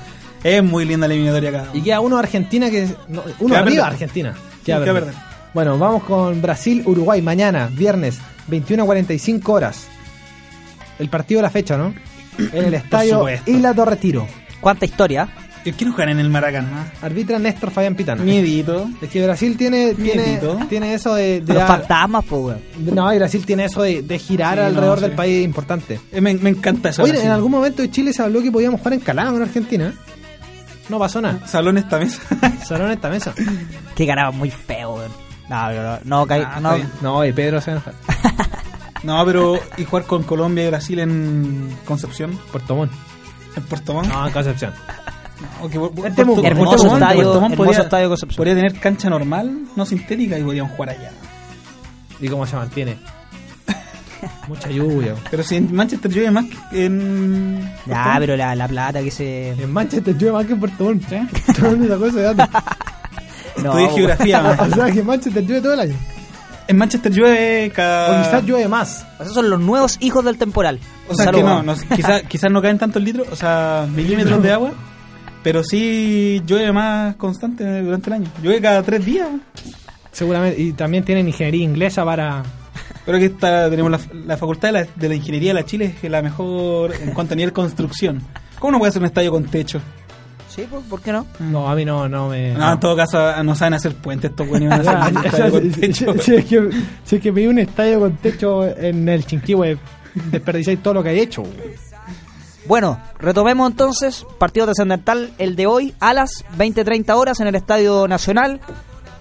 Speaker 2: Es muy linda la eliminatoria acá.
Speaker 3: Y queda uno Argentina que. no, uno
Speaker 2: Queda
Speaker 3: arriba
Speaker 2: perder.
Speaker 3: Argentina.
Speaker 2: queda
Speaker 3: perder.
Speaker 2: perder.
Speaker 3: Bueno, vamos con Brasil, Uruguay, mañana, viernes, 21.45 horas. El partido de la
Speaker 2: <clears throat>
Speaker 3: fecha, ¿no? En el estadio
Speaker 2: supuesto.
Speaker 3: Isla do Retiro.
Speaker 1: Cuánta historia.
Speaker 2: Yo quiero jugar en el Maracaná.
Speaker 3: Arbitra Néstor Fabián Pitana.
Speaker 2: Miedito.
Speaker 3: Es que Brasil tiene, tiene,
Speaker 2: Miedito.
Speaker 3: tiene eso de. de
Speaker 1: Los
Speaker 3: dar-
Speaker 1: fantasmas, pues, weón.
Speaker 3: no, y Brasil tiene eso de, de girar
Speaker 2: Sí, no,
Speaker 3: alrededor
Speaker 2: sí.
Speaker 3: del país importante.
Speaker 2: Eh, Me, me encanta eso.
Speaker 3: Oye,
Speaker 2: Brasil.
Speaker 3: en algún momento de Chile se habló que podíamos jugar en Calama, en Argentina. No
Speaker 2: <laughs>
Speaker 3: pasó nada.
Speaker 2: Salón esta mesa.
Speaker 3: Salón esta mesa.
Speaker 1: Que ganaba muy feo, weón. No, no, no, no, caí-
Speaker 2: Ah,
Speaker 1: no.
Speaker 2: está bien.
Speaker 3: No, oye, Pedro se va a enojar.
Speaker 2: no, pero. Y jugar con Colombia y Brasil en Concepción.
Speaker 3: Puerto Montt.
Speaker 2: En Puerto Montt.
Speaker 3: No, en Concepción.
Speaker 2: O que Puerto-
Speaker 3: Este es un
Speaker 2: Puerto
Speaker 1: hermoso
Speaker 2: Montt-
Speaker 1: estadio,
Speaker 2: Puerto Montt
Speaker 1: hermoso estadio Concepción.
Speaker 2: podría tener cancha normal, no sintética, y podrían jugar allá.
Speaker 3: ¿Y cómo se mantiene? Mucha lluvia.
Speaker 2: Pero si en Manchester llueve más que en. Puerto
Speaker 1: Ya,
Speaker 2: Montt.
Speaker 1: pero la, la plata que se.
Speaker 3: En Manchester llueve más que en Puerto Montt. ¿eh? ¿De dónde sacó ese
Speaker 2: <laughs>
Speaker 3: dato?
Speaker 1: No,
Speaker 2: Estudié
Speaker 1: weón.
Speaker 2: geografía.
Speaker 3: o
Speaker 2: man.
Speaker 3: sea, que en Manchester llueve todo el año.
Speaker 2: en Manchester llueve
Speaker 3: O
Speaker 2: cada.
Speaker 3: quizás llueve más.
Speaker 1: <laughs> Esos son los nuevos hijos del temporal.
Speaker 2: O sea,
Speaker 1: Gonzalo,
Speaker 2: que no,
Speaker 1: weón.
Speaker 2: quizás no caen tantos litros, o sea, milímetros de agua, pero sí llueve más constante durante el año. Llueve cada tres días.
Speaker 3: Seguramente. Y también tienen ingeniería inglesa para...
Speaker 2: Pero que esta, tenemos la, la facultad de la, de la ingeniería de la Chile, es que la mejor en cuanto a nivel construcción. ¿Cómo no puede hacer un estadio con techo?
Speaker 1: <laughs> Sí, pues, ¿por qué no?
Speaker 3: No, a mí no, no me...
Speaker 2: Mm.
Speaker 3: Ah.
Speaker 2: No, en todo caso, a- no saben hacer puentes estos
Speaker 1: <laughs>
Speaker 2: güeyes. van a hacer un estadio con
Speaker 3: <laughs> si,
Speaker 2: techo.
Speaker 3: si es que, si es que pedí un estadio con techo en el Chinquihue, desperdiciáis todo lo que hay hecho.
Speaker 1: Bueno, retomemos entonces, partido trascendental, el de hoy, a las 20-30 horas en el Estadio Nacional.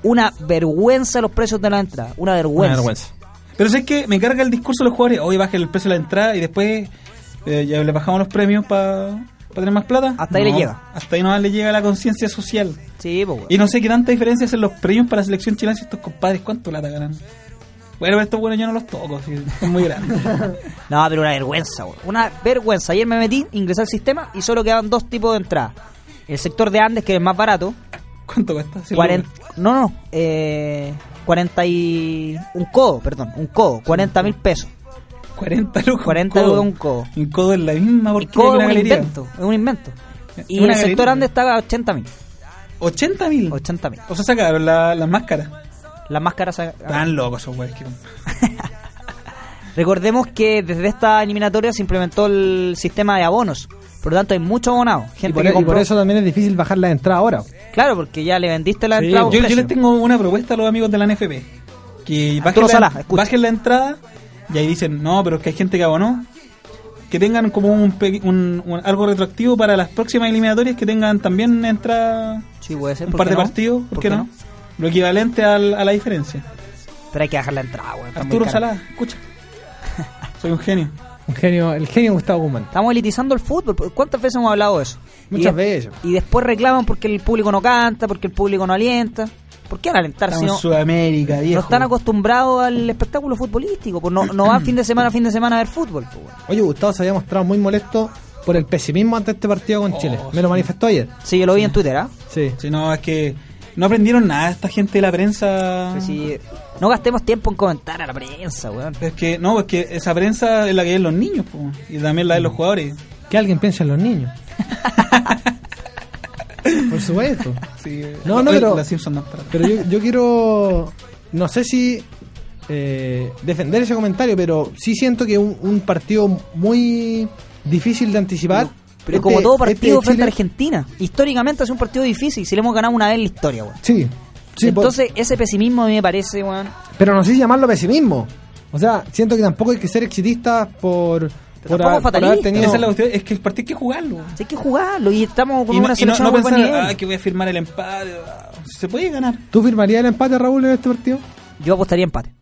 Speaker 1: Una vergüenza los precios de la entrada, una vergüenza.
Speaker 2: Pero sé que me carga el discurso de los jugadores, hoy bajen el precio de la entrada y después eh, ya le bajamos los premios para tener más plata.
Speaker 1: Hasta ahí le
Speaker 2: No,
Speaker 1: llega.
Speaker 2: Hasta ahí nomás le llega la conciencia social.
Speaker 1: Sí, pues, weón.
Speaker 2: Y no sé qué tanta diferencia hacen los premios para la selección chilena si estos compadres cuánto plata ganan. Bueno, pero estos buenos yo no los toco, sí, son
Speaker 1: <laughs>
Speaker 2: muy grandes.
Speaker 1: No, pero una vergüenza, weón. una vergüenza. Ayer me metí, ingresé al sistema y solo quedaban dos tipos de entrada. El sector de Andes, que es el más barato,
Speaker 2: ¿Cuánto cuesta? Sí, pues,
Speaker 1: 40, no, no, eh, 40 y... un codo, perdón, un codo, 40 mil pesos.
Speaker 2: 40 lucas.
Speaker 1: 40
Speaker 2: codo.
Speaker 1: lucas un codo.
Speaker 2: Un codo es la misma
Speaker 1: El
Speaker 2: porque
Speaker 1: codo
Speaker 2: una
Speaker 1: es un
Speaker 2: galería.
Speaker 1: invento, es un invento. Y
Speaker 2: Una
Speaker 1: el
Speaker 2: galería.
Speaker 1: sector Andes estaba a 80 mil,
Speaker 2: 80 mil.
Speaker 1: 80 mil.
Speaker 2: O sea, sacaron la- las máscaras.
Speaker 1: Las máscaras... a- a-
Speaker 2: Tan locos esos güeyes. que-
Speaker 1: Recordemos que desde esta eliminatoria se implementó el sistema de abonos. Por lo tanto, hay mucho abonado. Gente
Speaker 3: Y por,
Speaker 2: e-
Speaker 1: que
Speaker 3: y por
Speaker 1: compró-
Speaker 3: eso también es difícil bajar la entrada ahora.
Speaker 1: Claro, porque ya le vendiste la
Speaker 3: Sí,
Speaker 1: entrada. a
Speaker 2: Eh, Yo,
Speaker 1: un
Speaker 2: yo
Speaker 1: precio.
Speaker 2: les tengo una propuesta a los amigos de la NFP. Que bajen
Speaker 1: Arturo
Speaker 2: la,
Speaker 1: Sala, escucha.
Speaker 2: bajen la entrada y ahí dicen, no, pero es que hay gente que abonó. Que tengan como un, pe- un- un- algo retroactivo para las próximas eliminatorias que tengan también entrada
Speaker 1: Sí, puede ser.
Speaker 2: un
Speaker 1: ¿por
Speaker 2: par
Speaker 1: qué
Speaker 2: de
Speaker 1: no?
Speaker 2: partidos, ¿por, qué, no? Lo equivalente al- a la diferencia.
Speaker 1: Pero hay que bajar la entrada, weón. está muy
Speaker 2: Arturo
Speaker 1: cara.
Speaker 2: Salada, escucha. Soy un genio.
Speaker 3: Un genio, el genio Gustavo Guzmán.
Speaker 1: Estamos elitizando el fútbol. ¿Cuántas veces hemos hablado de eso?
Speaker 3: Muchas
Speaker 1: Y des-
Speaker 3: veces.
Speaker 1: Y después reclaman porque el público no canta, porque el público no alienta. ¿Por qué van a alentar si
Speaker 4: Estamos en
Speaker 1: no,
Speaker 4: Sudamérica,
Speaker 1: no
Speaker 4: viejo.
Speaker 1: están acostumbrados al espectáculo futbolístico? Pues no,
Speaker 2: <clears throat>
Speaker 1: no van fin de semana a fin de semana a ver fútbol. pues, weón.
Speaker 3: Oye, Gustavo se había mostrado muy molesto por el pesimismo ante este partido con Chile. Me lo manifestó ayer.
Speaker 1: Sí, yo lo vi en Twitter, ¿ah?
Speaker 3: Sí.
Speaker 2: Si no, es que no aprendieron nada esta gente de la prensa.
Speaker 1: Pues sí, no gastemos tiempo en comentar a la prensa, weón.
Speaker 2: Es que no, es que esa prensa es la que es los niños, po, y también la de los jugadores.
Speaker 3: Que alguien piense en los niños. por supuesto.
Speaker 2: Sí,
Speaker 3: No,
Speaker 2: la-
Speaker 3: no,
Speaker 2: oye,
Speaker 3: pero-
Speaker 2: la Simpson no, para-
Speaker 3: Pero yo, yo quiero. No sé si eh, defender ese comentario, pero sí siento que un, un partido muy difícil de anticipar.
Speaker 1: Pero
Speaker 3: Este-
Speaker 1: como todo
Speaker 3: este de
Speaker 1: partido frente a
Speaker 3: Chile-
Speaker 1: Argentina, históricamente es un partido difícil. Si le hemos ganado una vez en la historia, weón.
Speaker 3: Sí, sí, por-
Speaker 2: pues.
Speaker 1: Entonces, ese pesimismo a mí me parece, weón.
Speaker 3: pero no sé si llamarlo pesimismo. O sea, siento que tampoco hay que ser exitistas por, por,
Speaker 1: tampoco
Speaker 3: ha- por haber
Speaker 1: fatalista.
Speaker 3: tenido.
Speaker 2: Esa es la cuestión, es que el partido hay que jugarlo.
Speaker 1: Sí, Hay que jugarlo y estamos con
Speaker 2: Y no,
Speaker 1: una
Speaker 2: y no,
Speaker 1: selección
Speaker 2: no
Speaker 1: a muy buen
Speaker 2: pensar,
Speaker 1: nivel.
Speaker 2: "Ah, que voy a firmar el empate. ah, se puede ganar.
Speaker 3: ¿Tú firmarías el empate, Raúl, en este partido?
Speaker 1: Yo apostaría empate.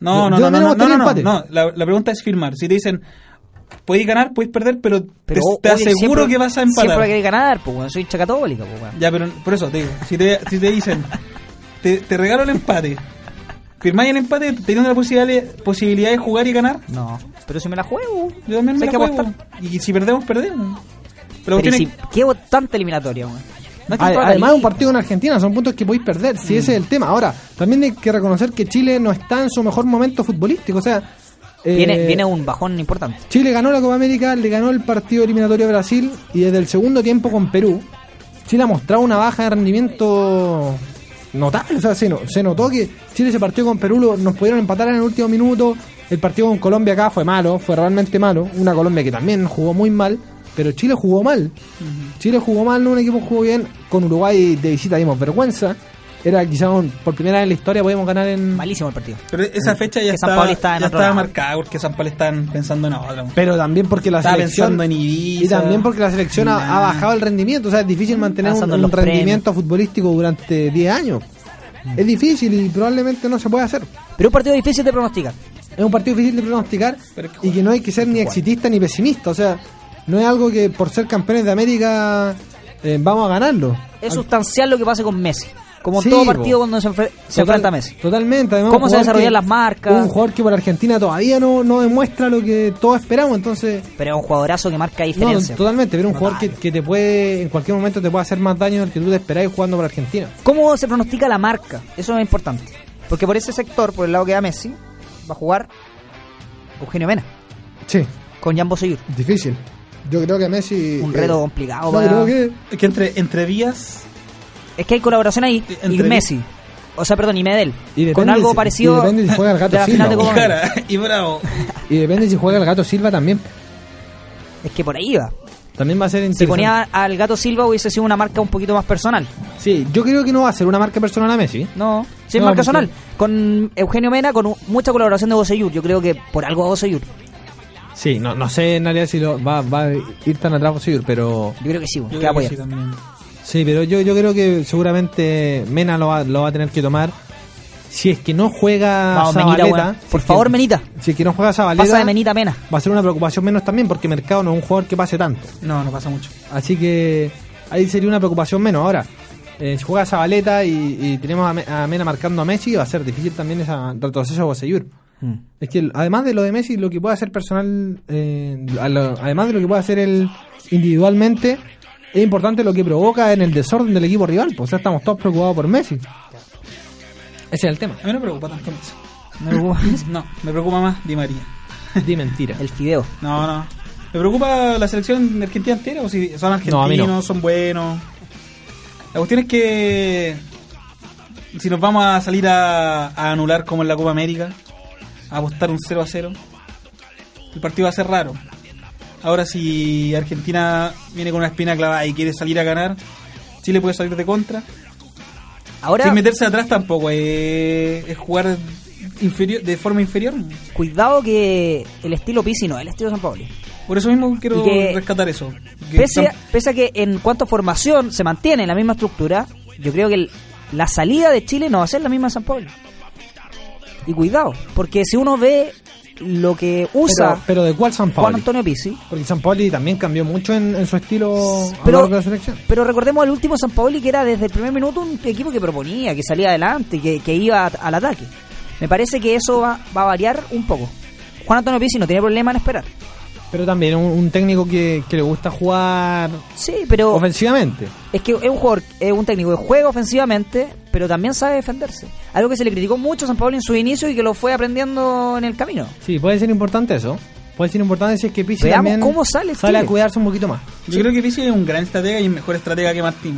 Speaker 2: No,
Speaker 3: Yo-
Speaker 2: no, no, no,
Speaker 3: yo también
Speaker 2: no, no,
Speaker 3: votaría
Speaker 2: no,
Speaker 3: empate.
Speaker 2: no, la, la pregunta es firmar. Si te dicen, puedes ganar, puedes perder, pero, te-
Speaker 1: Pero
Speaker 2: te,
Speaker 1: obvio,
Speaker 2: aseguro
Speaker 1: siempre-
Speaker 2: que vas a
Speaker 1: Siempre
Speaker 2: empatar.
Speaker 1: hay que ganar, pues, weón. Soy hincha católica, pues, weón.
Speaker 2: Ya, pero por eso te digo, si te, si te dicen, te, te regalo el empate, firmáis el empate teniendo la posibilidad de, posibilidad de jugar y ganar,
Speaker 1: No. Pero si me la juego,
Speaker 2: yo también
Speaker 1: si hay
Speaker 2: me la
Speaker 1: que
Speaker 2: juego.
Speaker 1: apostar.
Speaker 2: Y si perdemos, perdemos. Pero,
Speaker 1: Pero
Speaker 2: tiene-
Speaker 1: si, qué tanta eliminatoria, weón. No es que
Speaker 3: Ade-
Speaker 1: fatalista.
Speaker 3: Además, un partido en Argentina son puntos que podéis perder, si ese es el tema. Ahora, también hay que reconocer que Chile no está en su mejor momento futbolístico. O sea, eh,
Speaker 1: Viene, viene un bajón importante.
Speaker 3: Chile ganó la Copa América, le ganó el partido eliminatorio a Brasil y desde el segundo tiempo con Perú, Chile ha mostrado una baja de rendimiento notable. O sea, se, no- se notó que Chile se partió con Perú, lo- nos pudieron empatar en el último minuto. El partido con Colombia acá fue malo, fue realmente malo. Una Colombia que también jugó muy mal, pero Chile jugó mal. Chile jugó mal, un equipo jugó bien. Con Uruguay de visita dimos vergüenza. Era quizás por primera vez en la historia podíamos ganar en...
Speaker 1: Malísimo el partido.
Speaker 2: pero esa fecha
Speaker 1: mm,
Speaker 2: ya
Speaker 1: Que San
Speaker 2: estaba,
Speaker 1: Paoli estaba en
Speaker 2: ya
Speaker 1: otro lado.
Speaker 2: estaba marcada porque San Pablo están pensando en otra.
Speaker 3: Pero también porque la
Speaker 2: Estaba
Speaker 3: selección...
Speaker 2: pensando en Ibiza.
Speaker 3: Y también porque la selección ha, ha
Speaker 2: Nah.
Speaker 3: bajado el rendimiento, o sea, es difícil mantener un,
Speaker 1: Mm, Pasando
Speaker 3: un
Speaker 1: los premios. Mm.
Speaker 3: rendimiento futbolístico durante 10 años. Es difícil y probablemente no se puede hacer.
Speaker 1: Pero un partido difícil de pronosticar.
Speaker 3: Es un partido difícil de pronosticar
Speaker 2: Pero es que
Speaker 3: y que no hay que ser ni exitista ni pesimista, o sea, no es algo que por ser campeones de América eh, vamos a ganarlo.
Speaker 1: Es sustancial lo que pase con Messi. Como en
Speaker 3: Sí,
Speaker 1: todo
Speaker 3: po.
Speaker 1: partido cuando se, enfre- se
Speaker 3: Total-
Speaker 1: enfrenta a Messi.
Speaker 3: Totalmente, además.
Speaker 1: ¿Cómo
Speaker 3: un
Speaker 1: se
Speaker 3: jugador
Speaker 1: desarrollan
Speaker 3: que-
Speaker 1: las marcas?
Speaker 3: Un jugador que por Argentina todavía no, no demuestra lo que todos esperamos, entonces...
Speaker 1: Pero es un jugadorazo que marca
Speaker 3: No,
Speaker 1: diferencia.
Speaker 3: totalmente, pero un jugador que, que te puede, en cualquier momento te puede hacer más daño del que tú te esperabas jugando por Argentina.
Speaker 1: ¿Cómo se pronostica la marca? Eso es importante. Porque por ese sector, por el lado que da Messi, va a jugar Eugenio Mena
Speaker 3: Sí,
Speaker 1: con Jan Bosellur.
Speaker 3: Difícil. Yo creo que Messi.
Speaker 1: Un
Speaker 3: eh,
Speaker 1: reto complicado.
Speaker 3: no,
Speaker 1: para-
Speaker 3: creo que.
Speaker 2: Es que entre, entre vías,
Speaker 1: Es que hay colaboración ahí y
Speaker 2: Entre-
Speaker 1: Messi. O sea, perdón, y Medel.
Speaker 3: Y depende
Speaker 1: con algo
Speaker 3: si-
Speaker 1: parecido.
Speaker 3: y depende si juega el gato
Speaker 1: de la
Speaker 3: Silva,
Speaker 1: final de
Speaker 3: po.
Speaker 1: Copa América.
Speaker 2: cara y bravo.
Speaker 3: Y depende si juega el gato Silva también.
Speaker 1: Es que por ahí iba.
Speaker 3: También va a ser
Speaker 1: Si
Speaker 3: interesante.
Speaker 1: ponía al gato Silva hubiese sido una marca un poquito más personal.
Speaker 3: Sí, yo creo que no va a ser una marca personal a Messi. ¿eh?
Speaker 1: No, sí, es
Speaker 3: No,
Speaker 1: más
Speaker 3: porque-
Speaker 1: personal. Con Eugenio Mena, con u- mucha colaboración de Bosellur. Yo creo que por algo Bosellur.
Speaker 3: Sí, no, no sé en realidad si lo, va, va a ir tan atrás posible, pero.
Speaker 1: Yo creo que sí, bueno,
Speaker 2: Yo
Speaker 1: que va a
Speaker 2: creo
Speaker 1: apoyar.
Speaker 2: que sí también.
Speaker 3: Sí, pero yo, yo creo que seguramente Mena lo va, lo va a tener que tomar. Si es que no juega
Speaker 1: Vamos, Menita,
Speaker 3: Zabaleta.
Speaker 1: weón.
Speaker 3: si
Speaker 1: Por
Speaker 3: es que-
Speaker 1: favor, Menita.
Speaker 3: Si es que no juega Zabaleta.
Speaker 1: Pasa de Menita a Mena.
Speaker 3: Va a ser una preocupación menos también porque Mercado no es un jugador que pase tanto.
Speaker 2: No, no pasa mucho.
Speaker 3: Así que ahí sería una preocupación menos. Ahora, eh, si juega Zabaleta y, y tenemos a, Me- a Mena marcando a Messi, va a ser difícil también ese retroceso a Boseyur.
Speaker 1: Mm.
Speaker 3: Es que el- además de lo de Messi, lo que puede hacer personal, eh, a lo- además de lo que puede hacer él individualmente, es importante lo que provoca en el desorden del equipo rival. Pues, o sea, estamos todos preocupados por Messi. Ese es
Speaker 2: <laughs>
Speaker 3: el tema.
Speaker 2: A mí no me preocupa tanto eso.
Speaker 1: <laughs> No lo puedo-
Speaker 2: <laughs> No, me preocupa más Di María.
Speaker 3: Di mentira.
Speaker 1: El fideo.
Speaker 2: No, no. ¿Me preocupa la selección argentina entera o si son
Speaker 3: No, a mí
Speaker 2: argentinos,
Speaker 3: no.
Speaker 2: son buenos? La cuestión es que si nos vamos a salir a, a anular como en la Copa América, a apostar un 0 a 0, el partido va a ser raro. Ahora si Argentina viene con una espina clavada y quiere salir a ganar, Chile puede salir de contra.
Speaker 1: Ahora,
Speaker 2: Sin meterse atrás tampoco, eh, es jugar inferior, de forma inferior.
Speaker 1: cuidado que el estilo Pizzi no es el estilo San Paoli.
Speaker 2: Por eso mismo quiero
Speaker 1: Y que-
Speaker 2: rescatar eso. Que
Speaker 1: Pese a,
Speaker 2: tam-
Speaker 1: pese a que en cuanto a formación se mantiene la misma estructura, yo creo que el- la salida de Chile no va a ser la misma de San Pauli. Y cuidado, porque si uno ve lo que usa
Speaker 3: Pero, pero ¿de cuál San
Speaker 1: Juan
Speaker 3: Paoli?
Speaker 1: Antonio Pizzi.
Speaker 3: Porque San Paoli también cambió mucho en, en su estilo a lo
Speaker 1: Pero,
Speaker 3: largo de la selección.
Speaker 1: pero recordemos al último San Paoli que era desde el primer minuto un equipo que proponía, que salía adelante, que, que iba a- al ataque. Me parece que eso va, va a variar un poco. Juan Antonio Pizzi no tiene problema en esperar.
Speaker 3: Pero también un, un técnico que, que le gusta jugar
Speaker 1: Sí, pero
Speaker 3: ofensivamente.
Speaker 1: es que es un jugador, es un técnico que juega ofensivamente, pero también sabe defenderse. Algo que se le criticó mucho a San Paoli en su inicio y que lo fue aprendiendo en el camino.
Speaker 3: Sí, puede ser importante eso. Puede ser importante si es que Pizzi
Speaker 1: Veamos
Speaker 3: también
Speaker 1: cómo sale este
Speaker 3: sale
Speaker 1: Chile.
Speaker 3: a cuidarse un poquito más.
Speaker 2: Yo creo que Pizzi es un gran estratega y un mejor estratega que Martín.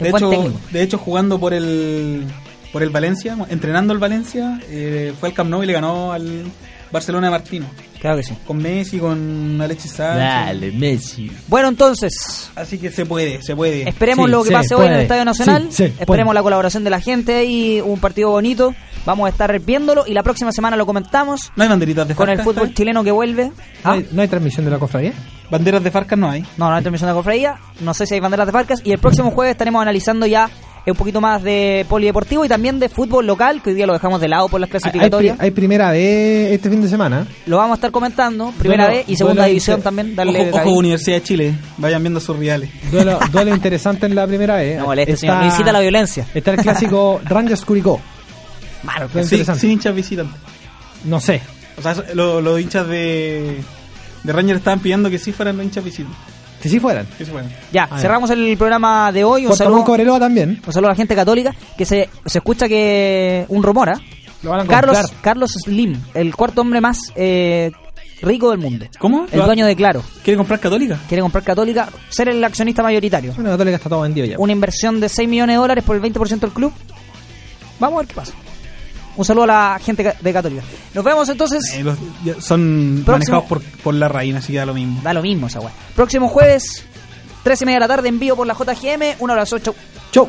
Speaker 2: De
Speaker 1: Es buen
Speaker 2: hecho,
Speaker 1: técnico.
Speaker 2: de hecho, jugando por el por el Valencia, entrenando el Valencia, eh, fue al Camp Nou y le ganó al Barcelona de Martino.
Speaker 1: Claro que sí.
Speaker 2: Con Messi, con Alexis Sánchez.
Speaker 4: Messi.
Speaker 1: Bueno, entonces,
Speaker 2: Así que se puede, se puede.
Speaker 1: Esperemos
Speaker 3: Sí,
Speaker 1: lo que
Speaker 3: se
Speaker 1: pase hoy en el
Speaker 3: puede.
Speaker 1: Estadio Nacional.
Speaker 3: Sí, se
Speaker 1: Esperemos
Speaker 3: puede.
Speaker 1: la colaboración de la gente y un partido bonito. Vamos a estar viéndolo y la próxima semana lo comentamos
Speaker 2: No hay banderitas de
Speaker 1: con el
Speaker 2: Farcas,
Speaker 1: fútbol
Speaker 2: ¿está?
Speaker 1: chileno que vuelve.
Speaker 3: ¿No,
Speaker 1: Ah,
Speaker 3: hay, no hay transmisión de la cofradía?
Speaker 2: Banderas de Farcas no hay.
Speaker 1: No, no hay transmisión de Cofradía. No sé si hay banderas de Farcas. Y el próximo jueves estaremos analizando ya eh, un poquito más de polideportivo y también de fútbol local, que hoy día lo dejamos de lado por las
Speaker 3: Hay, hay pri-
Speaker 1: clasificatorias.
Speaker 3: hay primera vez este fin de semana.
Speaker 1: Lo vamos a estar comentando, primera
Speaker 3: Duelo-
Speaker 1: vez y segunda
Speaker 3: duelo
Speaker 1: división
Speaker 3: inter-
Speaker 1: también. Darle
Speaker 2: Ojo, ojo,
Speaker 1: detalle.
Speaker 2: Universidad de Chile. Vayan viendo sus rivales.
Speaker 1: <laughs>
Speaker 3: Duelo, duelo interesante en la primera vez.
Speaker 1: No moleste, señor. No incita a la violencia.
Speaker 3: Está el
Speaker 1: <laughs>
Speaker 3: clásico Rangers Curicó.
Speaker 1: Malo.
Speaker 3: Fue
Speaker 2: Sí,
Speaker 3: interesante.
Speaker 2: sin hinchas visitantes.
Speaker 3: No sé.
Speaker 2: O sea, eso- lo- los hinchas de, de Rangers estaban pidiendo que sí fueran los hinchas visitantes.
Speaker 3: Que sí fueran.
Speaker 2: Que sí fueran.
Speaker 1: Ya,
Speaker 3: Ah, ya.
Speaker 1: cerramos el programa de hoy. Un
Speaker 3: Puerto Montt
Speaker 1: saludo,
Speaker 3: Cobreloa también.
Speaker 1: un saludo a la gente católica, que se, se escucha que un rumor, ¿ah?
Speaker 3: Lo van a
Speaker 1: Carlos,
Speaker 3: comprar.
Speaker 1: Carlos Slim, el cuarto hombre más eh, rico del mundo.
Speaker 2: ¿Cómo?
Speaker 1: El dueño de Claro.
Speaker 2: ¿Quiere comprar Católica?
Speaker 1: Quiere comprar Católica, ser el accionista mayoritario.
Speaker 3: Bueno, Católica está todo vendido ya.
Speaker 1: Una inversión de 6 millones de dólares por el 20% del club. Vamos a ver qué pasa. Un saludo a la gente ca- de Católica. Nos vemos entonces.
Speaker 2: Eh, los- ya son
Speaker 1: Próximo.
Speaker 2: manejados por, por la reina, así que da lo mismo.
Speaker 1: Da lo mismo esa weá. Próximo jueves, 13 y media de la tarde, envío por la JGM. Un abrazo, chau.
Speaker 3: Chau.